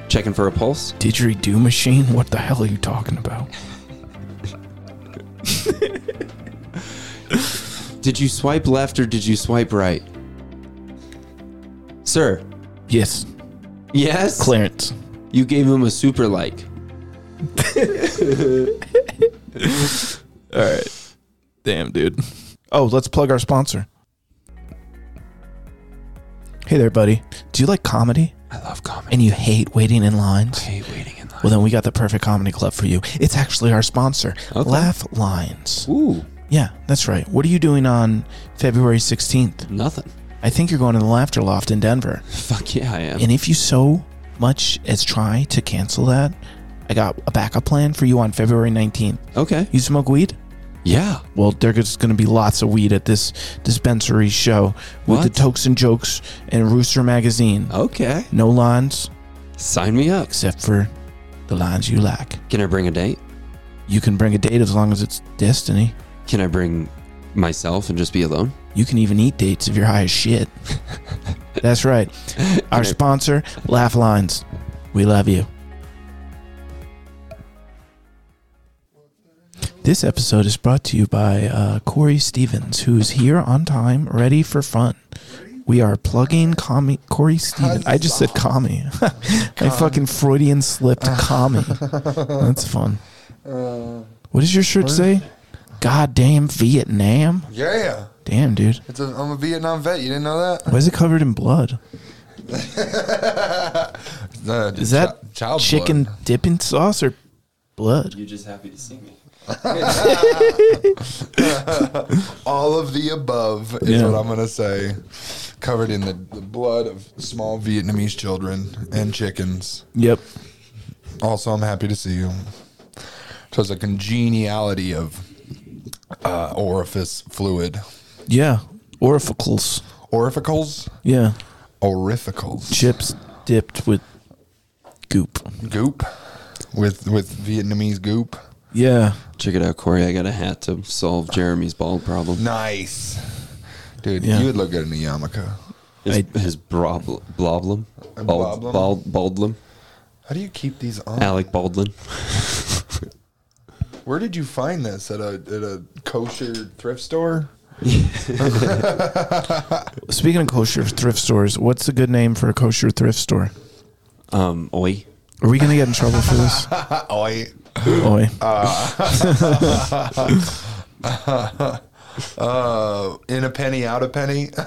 S1: Checking for a pulse?
S2: Didgeridoo machine? What the hell are you talking about?
S1: Did you swipe left or did you swipe right? Sir.
S2: Yes,
S1: Yes?
S2: Clarence.
S1: You gave him a super like.
S2: All right. Damn, dude. Oh, let's plug our sponsor. Hey there, buddy. Do you like comedy
S1: I love comedy.
S2: and you hate waiting in lines?
S1: hate waiting in line.
S2: Well, then we got the perfect comedy club for you. It's actually our sponsor,
S1: Okay.
S2: Laugh Lines.
S1: Ooh,
S2: Yeah, that's right. What are you doing on February 16th?
S1: nothing.
S2: I think you're going to the Laughter Loft in Denver.
S1: Fuck yeah, I am.
S2: And if you so much as try to cancel that, I got a backup plan for you on February 19th.
S1: okay.
S2: You smoke weed?
S1: Yeah.
S2: Well, there's going to be lots of weed at this dispensary show with the
S1: What? Oh.
S2: Tokes and Jokes and Rooster Magazine.
S1: Okay.
S2: No lines
S1: Sign me up.
S2: except for the lines you like.
S1: Can I bring a date?
S2: You can bring a date as long as it's destiny.
S1: Can I bring myself and just be alone?
S2: You can even eat dates if you're high as shit. That's right. Our sponsor, Laugh Lines. We love you. This episode is brought to you by uh, Corey Stevens, who's here on time, ready for fun. We are plugging commie, Corey Stevens. I just said commie. I fucking Freudian slipped commie. That's fun. What does your shirt say? Goddamn Vietnam.
S6: Yeah,
S2: Damn, dude.
S6: it's a, I'm a Vietnam vet. You didn't know that?
S2: Why is it covered in blood?
S6: No,
S2: Is that
S6: chi- child
S2: chicken
S6: blood.
S2: dipping sauce or blood?
S1: You're just happy to see me.
S6: All of the above is
S2: Yeah.
S6: what I'm gonna say. Covered in the, the blood of small Vietnamese children and chickens.
S2: Yep.
S6: Also, I'm happy to see you. So it's a congeniality of uh, orifice fluid,
S2: Yeah. Orificals.
S6: orificals,
S2: Yeah.
S6: orificals,
S2: Chips dipped with goop.
S6: goop, with with Vietnamese goop.
S2: Yeah.
S1: Check it out, Corey. I got a hat to solve Jeremy's bald problem.
S6: Nice, dude.
S2: Yeah.
S6: You would look good in a yarmulke.
S1: His,
S2: I-
S1: his brobl- bloblum?
S6: A
S1: Bald,
S6: bloblum? Uh-huh.
S1: bald, baldlum?
S6: How do you keep these on?
S1: Alec Baldwin.
S6: Where did you find this at a at a kosher thrift store?
S2: Speaking of kosher thrift stores, what's a good name for a kosher thrift store?
S1: Um, oi.
S2: Are we going to get in trouble for this?
S6: Oh, I
S2: Oi.
S6: uh, in a penny, out a penny.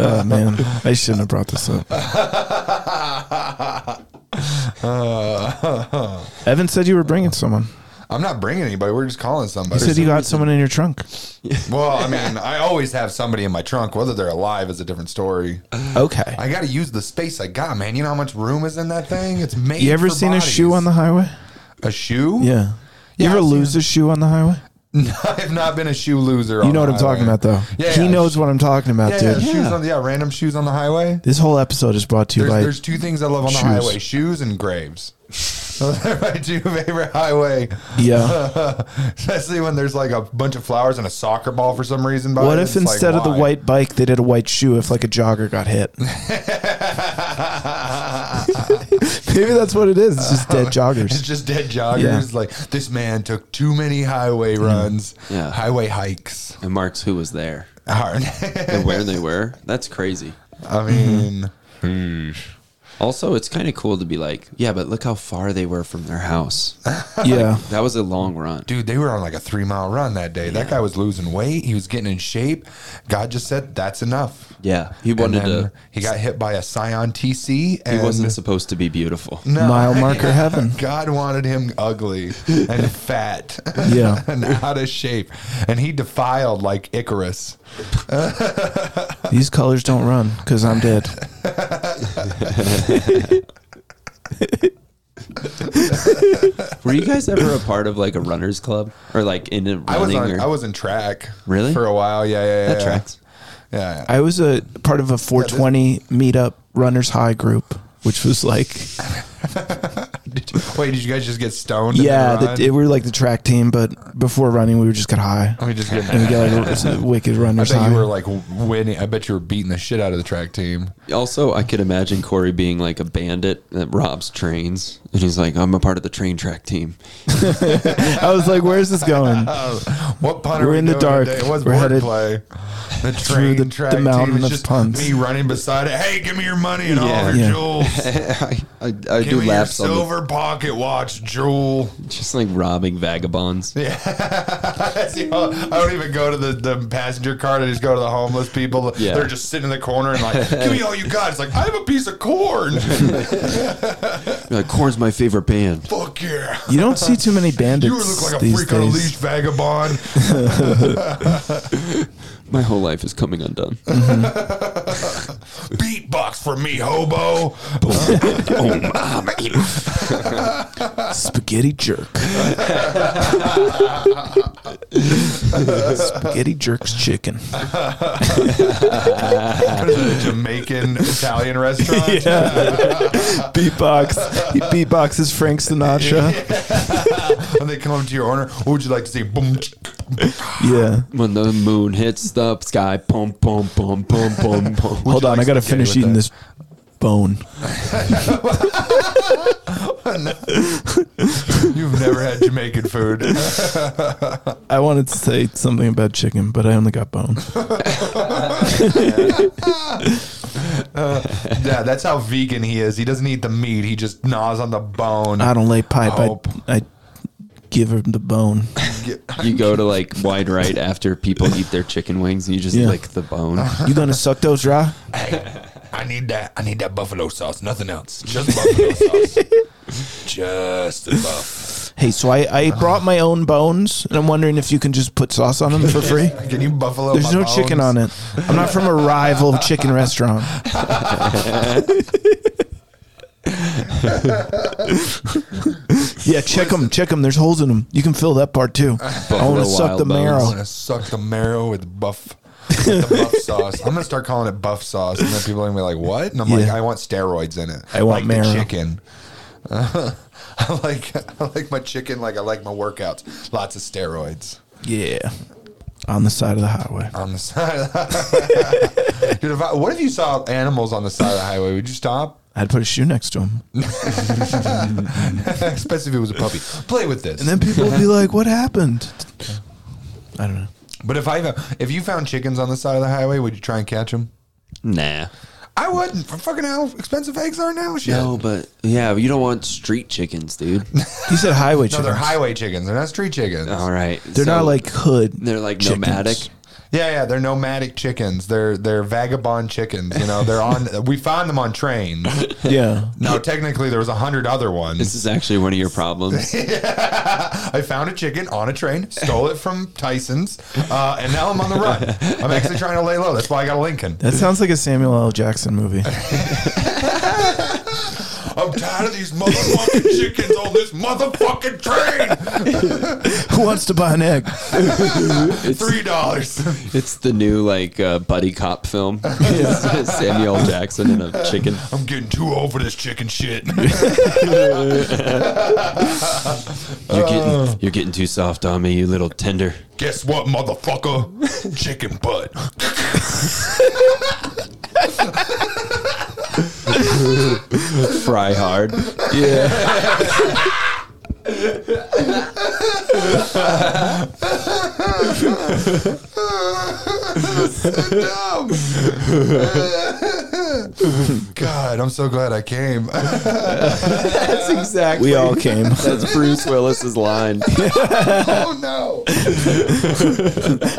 S2: Oh, man. I shouldn't have brought this up.
S6: Uh,
S2: Evan said you were bringing someone.
S6: I'm not bringing anybody. We're just calling
S2: You
S6: somebody.
S2: said you got someone in your trunk.
S6: well, I mean, I always have somebody in my trunk. Whether they're alive is a different story.
S2: Okay.
S6: I got to use the space I got, man. You know how much room is in that thing? It's made.
S2: You ever
S6: for
S2: seen a
S6: bodies.
S2: shoe on the highway?
S6: a shoe?
S2: Yeah. You
S6: Yeah,
S2: ever
S6: I've seen
S2: lose a shoe on the highway?
S6: I've not been a shoe loser.
S2: You
S6: on
S2: know what
S6: the
S2: I'm talking
S6: highway.
S2: about, though.
S6: Yeah,
S2: he
S6: yeah.
S2: knows what I'm talking about,
S6: Yeah,
S2: dude.
S6: yeah, shoes on the, yeah, random shoes on the highway.
S2: This whole episode is brought to you
S6: There's,
S2: by
S6: there's two things I love on the
S2: shoes.
S6: highway: shoes and graves. Those are my two favorite highway.
S2: yeah.
S6: Especially when there's like a bunch of flowers and a soccer ball for some reason. by
S2: What
S6: it.
S2: if
S6: It's like,
S2: instead of the
S6: why?
S2: white bike, they did a white shoe? If like a jogger got hit, maybe that's what it is. It's just dead
S6: It's
S2: joggers.
S6: just dead joggers. Like this man took too many highway
S2: Mm.
S6: runs,
S1: Yeah.
S6: highway hikes.
S1: And Mark's who was there
S6: Hard.
S1: and where they were. That's crazy.
S6: I
S2: Mm-hmm.
S6: mean,
S1: Also, it's kind of cool to be like, yeah, but look how far they were from their house.
S2: Yeah,
S1: That was a long run.
S6: dude, they were on like a three mile run that day. That guy was losing weight. He was getting in shape. God just said, "That's enough."
S1: Yeah, he
S6: And
S1: wanted
S6: then
S1: to.
S6: he got hit by a Scion TC. And
S1: He wasn't supposed to be beautiful.
S6: No.
S2: mile marker heaven.
S6: God wanted him ugly and fat
S2: Yeah.
S6: and out of shape. And he defiled like Icarus.
S2: These colors don't run because I'm dead.
S1: Were you guys ever a part of like a runners club or like in a running?
S6: I was on
S1: or,
S6: I was in track.
S1: Really?
S6: For a while. Yeah, yeah, yeah.
S1: that
S6: yeah.
S1: tracks.
S6: Yeah. yeah.
S2: I was a part of a 420 meetup runners high group, which was like
S6: Wait, did you guys just get stoned? and
S2: yeah,
S6: then
S2: the,
S6: run?
S2: it, we were like the track team, but before running, we would just get high.
S6: Let me just get
S2: And we got like it's a wicked
S6: Oh, I
S2: runners
S6: bet
S2: high.
S6: you were like winning. I bet you were beating the shit out of the track team.
S1: Also, I could imagine Corey being like a bandit that robs trains, and he's like, "I'm a part of the train track team."
S2: I was like, where's this going?
S1: Oh.
S6: What pun? are
S2: We're
S6: we
S2: in the
S6: doing
S2: dark.
S6: Today? It was
S2: We're headed
S6: wordplay. The
S2: through
S6: train,
S2: the-
S6: track
S2: the
S6: team.
S2: mountain
S6: It's
S2: of
S6: just
S2: puns.
S6: me running beside it. Hey, give me your money and all
S1: Yeah.
S6: your
S2: Yeah.
S6: jewels.
S1: I, I, I
S6: Give
S1: do
S6: me your
S1: laps on the,
S6: silver pocket watch, Jewel.
S1: just like robbing vagabonds.
S6: See, oh, I don't even go to the, the passenger card. I just go to the homeless people.
S1: Yeah.
S6: They're just sitting in the corner and like, give me all you got. It's like, I have a piece of corn.
S1: You're like Corn's my favorite band.
S6: Fuck yeah.
S2: You don't see too many bandits
S6: You look like a
S2: these
S6: freak on a
S2: days.
S6: leash, vagabond.
S1: My whole life is coming undone.
S2: Uh-huh.
S6: Beatbox for me, hobo.
S1: Oh,
S2: Spaghetti jerk. Spaghetti jerk's chicken.
S6: A Jamaican Italian restaurant.
S2: beatbox. He beatboxes Frank Sinatra.
S6: and they come to your order. What would you like to see? Boom.
S2: Yeah.
S1: when the moon hits the sky, pum pum pum pum pum pum.
S2: Hold on, I gotta finish eating this bone.
S6: You've never had Jamaican food.
S2: I wanted to say something about chicken, but I only got bone.
S6: yeah, that's how vegan he is. He doesn't eat the meat. He just gnaws on the bone.
S2: I don't lay pipe.
S6: Oh.
S2: I, I give him the bone.
S1: You go to like wide right after people eat their chicken wings, and you just
S2: Yeah.
S1: lick the bone.
S2: You gonna suck those raw?
S6: I need that. I need that buffalo sauce. Nothing else. Just buffalo sauce. Just the buff.
S2: Hey, so I, I brought my own bones, and I'm wondering if you can just put sauce on them for free.
S6: Can you buffalo?
S2: There's
S6: my
S2: no chicken
S6: bones?
S2: on it. I'm not from a rival chicken restaurant. yeah, check them. Check them. There's holes in them. You can fill that part too. I want
S1: Buffalo
S2: to suck
S1: Wild
S2: the
S1: Bones.
S6: I'm
S2: marrow.
S6: gonna suck the marrow with buff. with the buff sauce. I'm gonna start calling it buff sauce, and then people are gonna be like, "What?" And I'm like,
S2: Yeah.
S6: "I want steroids in it.
S2: I want
S6: like
S2: marrow.
S6: the chicken. I like I like my chicken like I like my workouts. Lots of steroids
S2: Yeah, on the side of the highway.
S6: on the side. Of the Dude, if I, what if you saw animals on the side of the highway? Would you stop?
S2: I'd put a shoe next to him, and
S6: Especially if it was a puppy. Play with this.
S2: then people would be like, "What happened?" I don't know.
S6: but if I if you found chickens on the side of the highway, would you try and catch them?
S1: Nah.
S6: I wouldn't. For fucking how expensive eggs are now. Shit.
S1: No, but yeah, but you don't want street chickens, dude.
S2: He said highway
S6: No,
S2: chickens.
S6: they're highway chickens. They're not street chickens.
S1: All right,
S2: They're
S1: so
S2: not like hood.
S1: they're like
S2: chickens.
S1: nomadic.
S6: Yeah, yeah, they're nomadic chickens. They're they're vagabond chickens. You know, they're on. we found them on trains.
S2: Yeah.
S6: Now, technically, there was a hundred other
S1: This
S6: ones.
S1: is actually one of your problems.
S6: I found a chicken on a train, stole it from Tyson's, uh, and now I'm on the run. I'm actually trying to lay low. That's why I got a Lincoln.
S2: That sounds like a Samuel L. Jackson movie.
S6: I'm tired of these motherfucking chickens on this motherfucking train.
S2: Who wants to buy an egg?
S6: Three dollars.
S1: It's the new like uh, buddy cop film. Samuel Jackson and a chicken.
S6: I'm getting too old for this chicken shit.
S1: You're getting you're getting too soft on me, you little tender.
S6: Guess what, motherfucker? Chicken butt.
S1: Fry hard.
S2: Yeah.
S6: dumb. God, I'm so glad I came.
S1: That's exactly.
S2: We all came.
S1: That's Bruce Willis's line.
S6: oh no.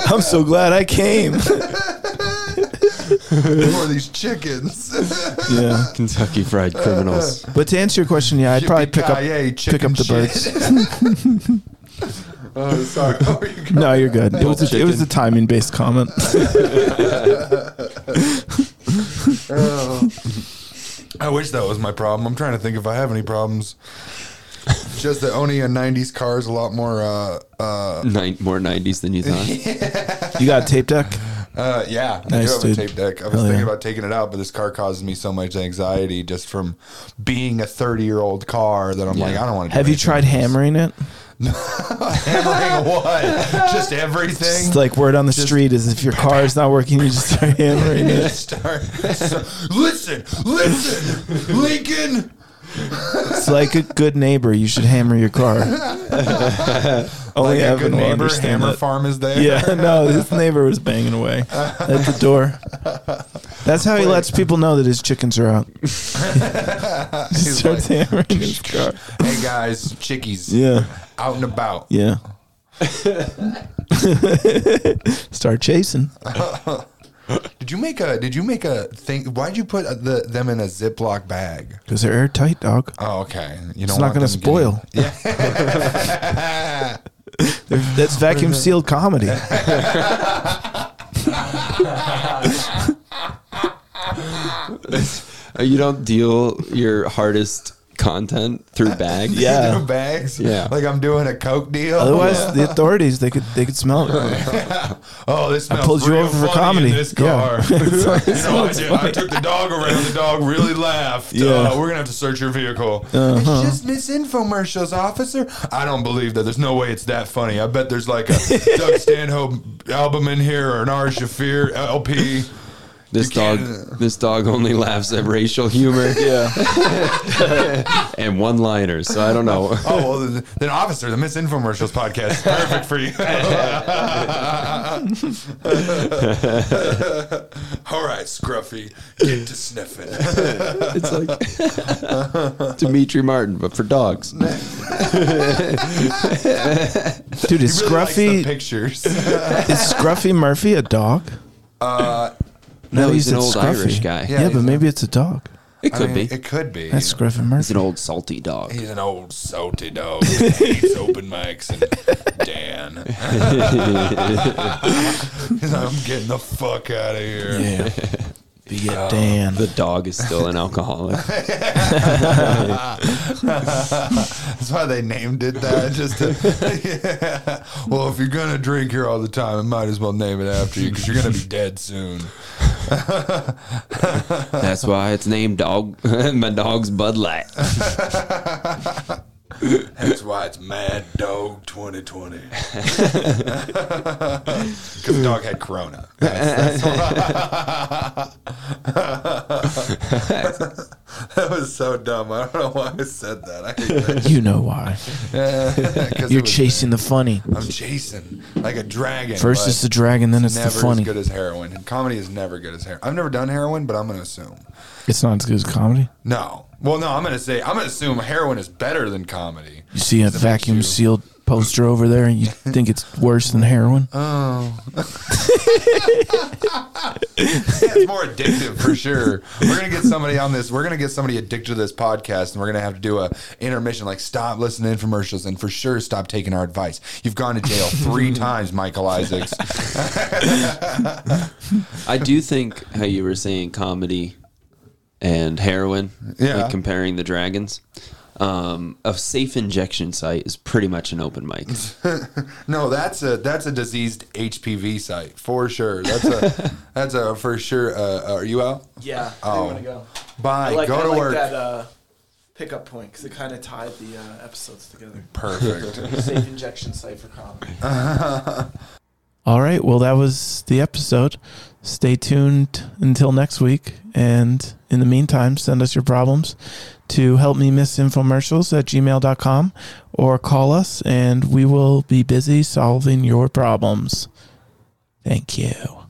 S2: I'm so glad I came.
S6: Who are these chickens?
S2: Yeah.
S1: Kentucky Fried Criminals.
S2: But to answer your question, yeah, I'd probably pick up
S6: Yippee-ki-yay,
S2: pick up the
S6: chicken
S2: birds.
S6: oh, sorry. Oh, you go.
S2: no, you're good. It was a, it
S1: Chicken.
S2: was a timing based comment.
S6: Oh. I wish that was my problem. I'm trying to think if I have any problems. Just that owning a 90s car is a lot more, uh, uh,
S1: Nine, more 90s than you thought.
S2: You got a tape deck?
S6: uh yeah. I
S2: Nice,
S6: do have
S2: dude.
S6: a tape deck. I was
S2: Hell
S6: thinking
S2: yeah.
S6: about taking it out, but this car causes me so much anxiety just from being a 30 year old car that I'm like, I don't want to do
S2: Have you
S6: anything.
S2: tried hammering it?
S6: Hammering what? Just everything?
S2: It's like word on the street is if your car is not working, you just start hammering it.
S6: Start. listen, listen, Lincoln.
S2: It's like a good neighbor. You should hammer your car. Only
S6: Like a
S2: Evan
S6: good
S2: will
S6: neighbor,
S2: understand
S6: Hammer
S2: that.
S6: Farm is there.
S2: Yeah, no, his neighbor was banging away at the door. That's how he lets people know that his chickens are out. He
S6: He's like,
S2: starts hammering his car.
S6: hey guys, chickies,
S2: Yeah,
S6: out and about.
S2: yeah. Start chasing.
S6: Did you make a? Did you make a thing? Why'd you put uh, the them in a Ziploc bag?
S2: Because they're airtight, dog.
S6: Oh, okay. You
S2: It's not going to spoil.
S6: yeah.
S2: They're- That's vacuum sealed comedy.
S1: Uh, You don't deal your hardest content through bags.
S2: Yeah.
S6: No bags.
S1: Yeah.
S6: Like I'm doing a coke deal.
S2: Otherwise, the authorities they could they could smell it.
S6: Oh, this smells
S2: pulled you
S6: real
S2: over for
S6: funny
S2: comedy.
S6: In this
S2: Yeah.
S6: car. you know, I, did, I took the dog around. The dog really laughed.
S2: Yeah. Uh-huh.
S6: Uh, we're gonna have to search your vehicle. It's just misinfomercials, officer. I don't believe that. There's no way it's that funny. I bet there's like a Doug Stanhope album in here or an R. Shafir LP.
S1: This
S6: You
S1: dog,
S6: can't-
S1: this dog only laughs at racial humor. Yeah, and one-liners. So I don't know.
S6: Oh, well, then- then Officer, the Misinfomercials podcast is perfect for you. All right, Scruffy, get to sniffing.
S1: It's like Dimitri Martin, but for dogs.
S2: Dude, is
S6: He really likes the
S2: Scruffy
S6: pictures.
S2: is Scruffy Murphy a dog?
S6: Uh,
S1: No,
S2: you
S1: he's an old
S2: said
S1: Irish guy.
S2: Yeah,
S6: Yeah,
S2: but
S6: he's
S2: maybe it's a dog.
S1: It
S6: I
S1: could
S6: mean,
S1: be.
S6: It could be.
S2: That's Scruffy
S1: He's an
S2: Murphy.
S1: old salty dog.
S6: He's an old salty dog. He hates open mics and Dan. He's like, I'm getting the fuck out of here.
S2: Yeah. Be a Dan.
S1: The dog is still an alcoholic.
S6: That's why they named it that. Just to, yeah. Well, if you're gonna drink here all the time, I might as well name it after you because you're gonna be dead soon.
S1: That's why it's named dog. My dog's Bud Light.
S6: That's why it's Mad Dog 2020. Because the dog had Corona. That's- that's why. that was so dumb. I don't know why I said that. I hate
S2: You know why.
S6: that. 'Cause it
S2: You're
S6: was-
S2: chasing the funny.
S6: I'm chasing like a dragon.
S2: First
S6: but-
S2: it's the dragon, then it's
S6: never
S2: the funny.
S6: as good as heroin. And comedy is never good as heroin. I've never done heroin, but I'm gonna assume.
S2: It's not as good as comedy.
S6: No. Well, no, I'm gonna say I'm gonna assume heroin is better than comedy.
S2: You see a
S6: Does it make
S2: vacuum
S6: you-
S2: sealed poster over there and you think it's worse than heroin?
S6: Yeah, it's more addictive for sure. We're gonna get somebody on this. We're gonna get somebody addicted to this podcast, and we're gonna have to do a intermission. Like, stop listening to infomercials, and for sure, stop taking our advice. You've gone to jail three times, Michael Isaacs.
S1: I do think how you were saying comedy and heroin,
S6: Yeah.
S1: like comparing the dragons. Um, a safe injection site is pretty much an open mic.
S6: No, that's a that's a diseased HPV site for sure. That's a that's a for sure. Uh, are you out?
S7: Yeah,
S6: Oh.
S7: I want to go.
S6: Bye.
S7: I like,
S6: Go
S7: I
S6: to
S7: like
S6: work.
S7: that uh, pickup point because it kind of tied the uh, episodes together.
S6: Perfect.
S7: Safe injection site for comedy.
S2: All right. Well, that was the episode. Stay tuned until next week. And in the meantime, send us your problems to help me miss infomercials at gmail.com or call us and we will be busy solving your problems. Thank you.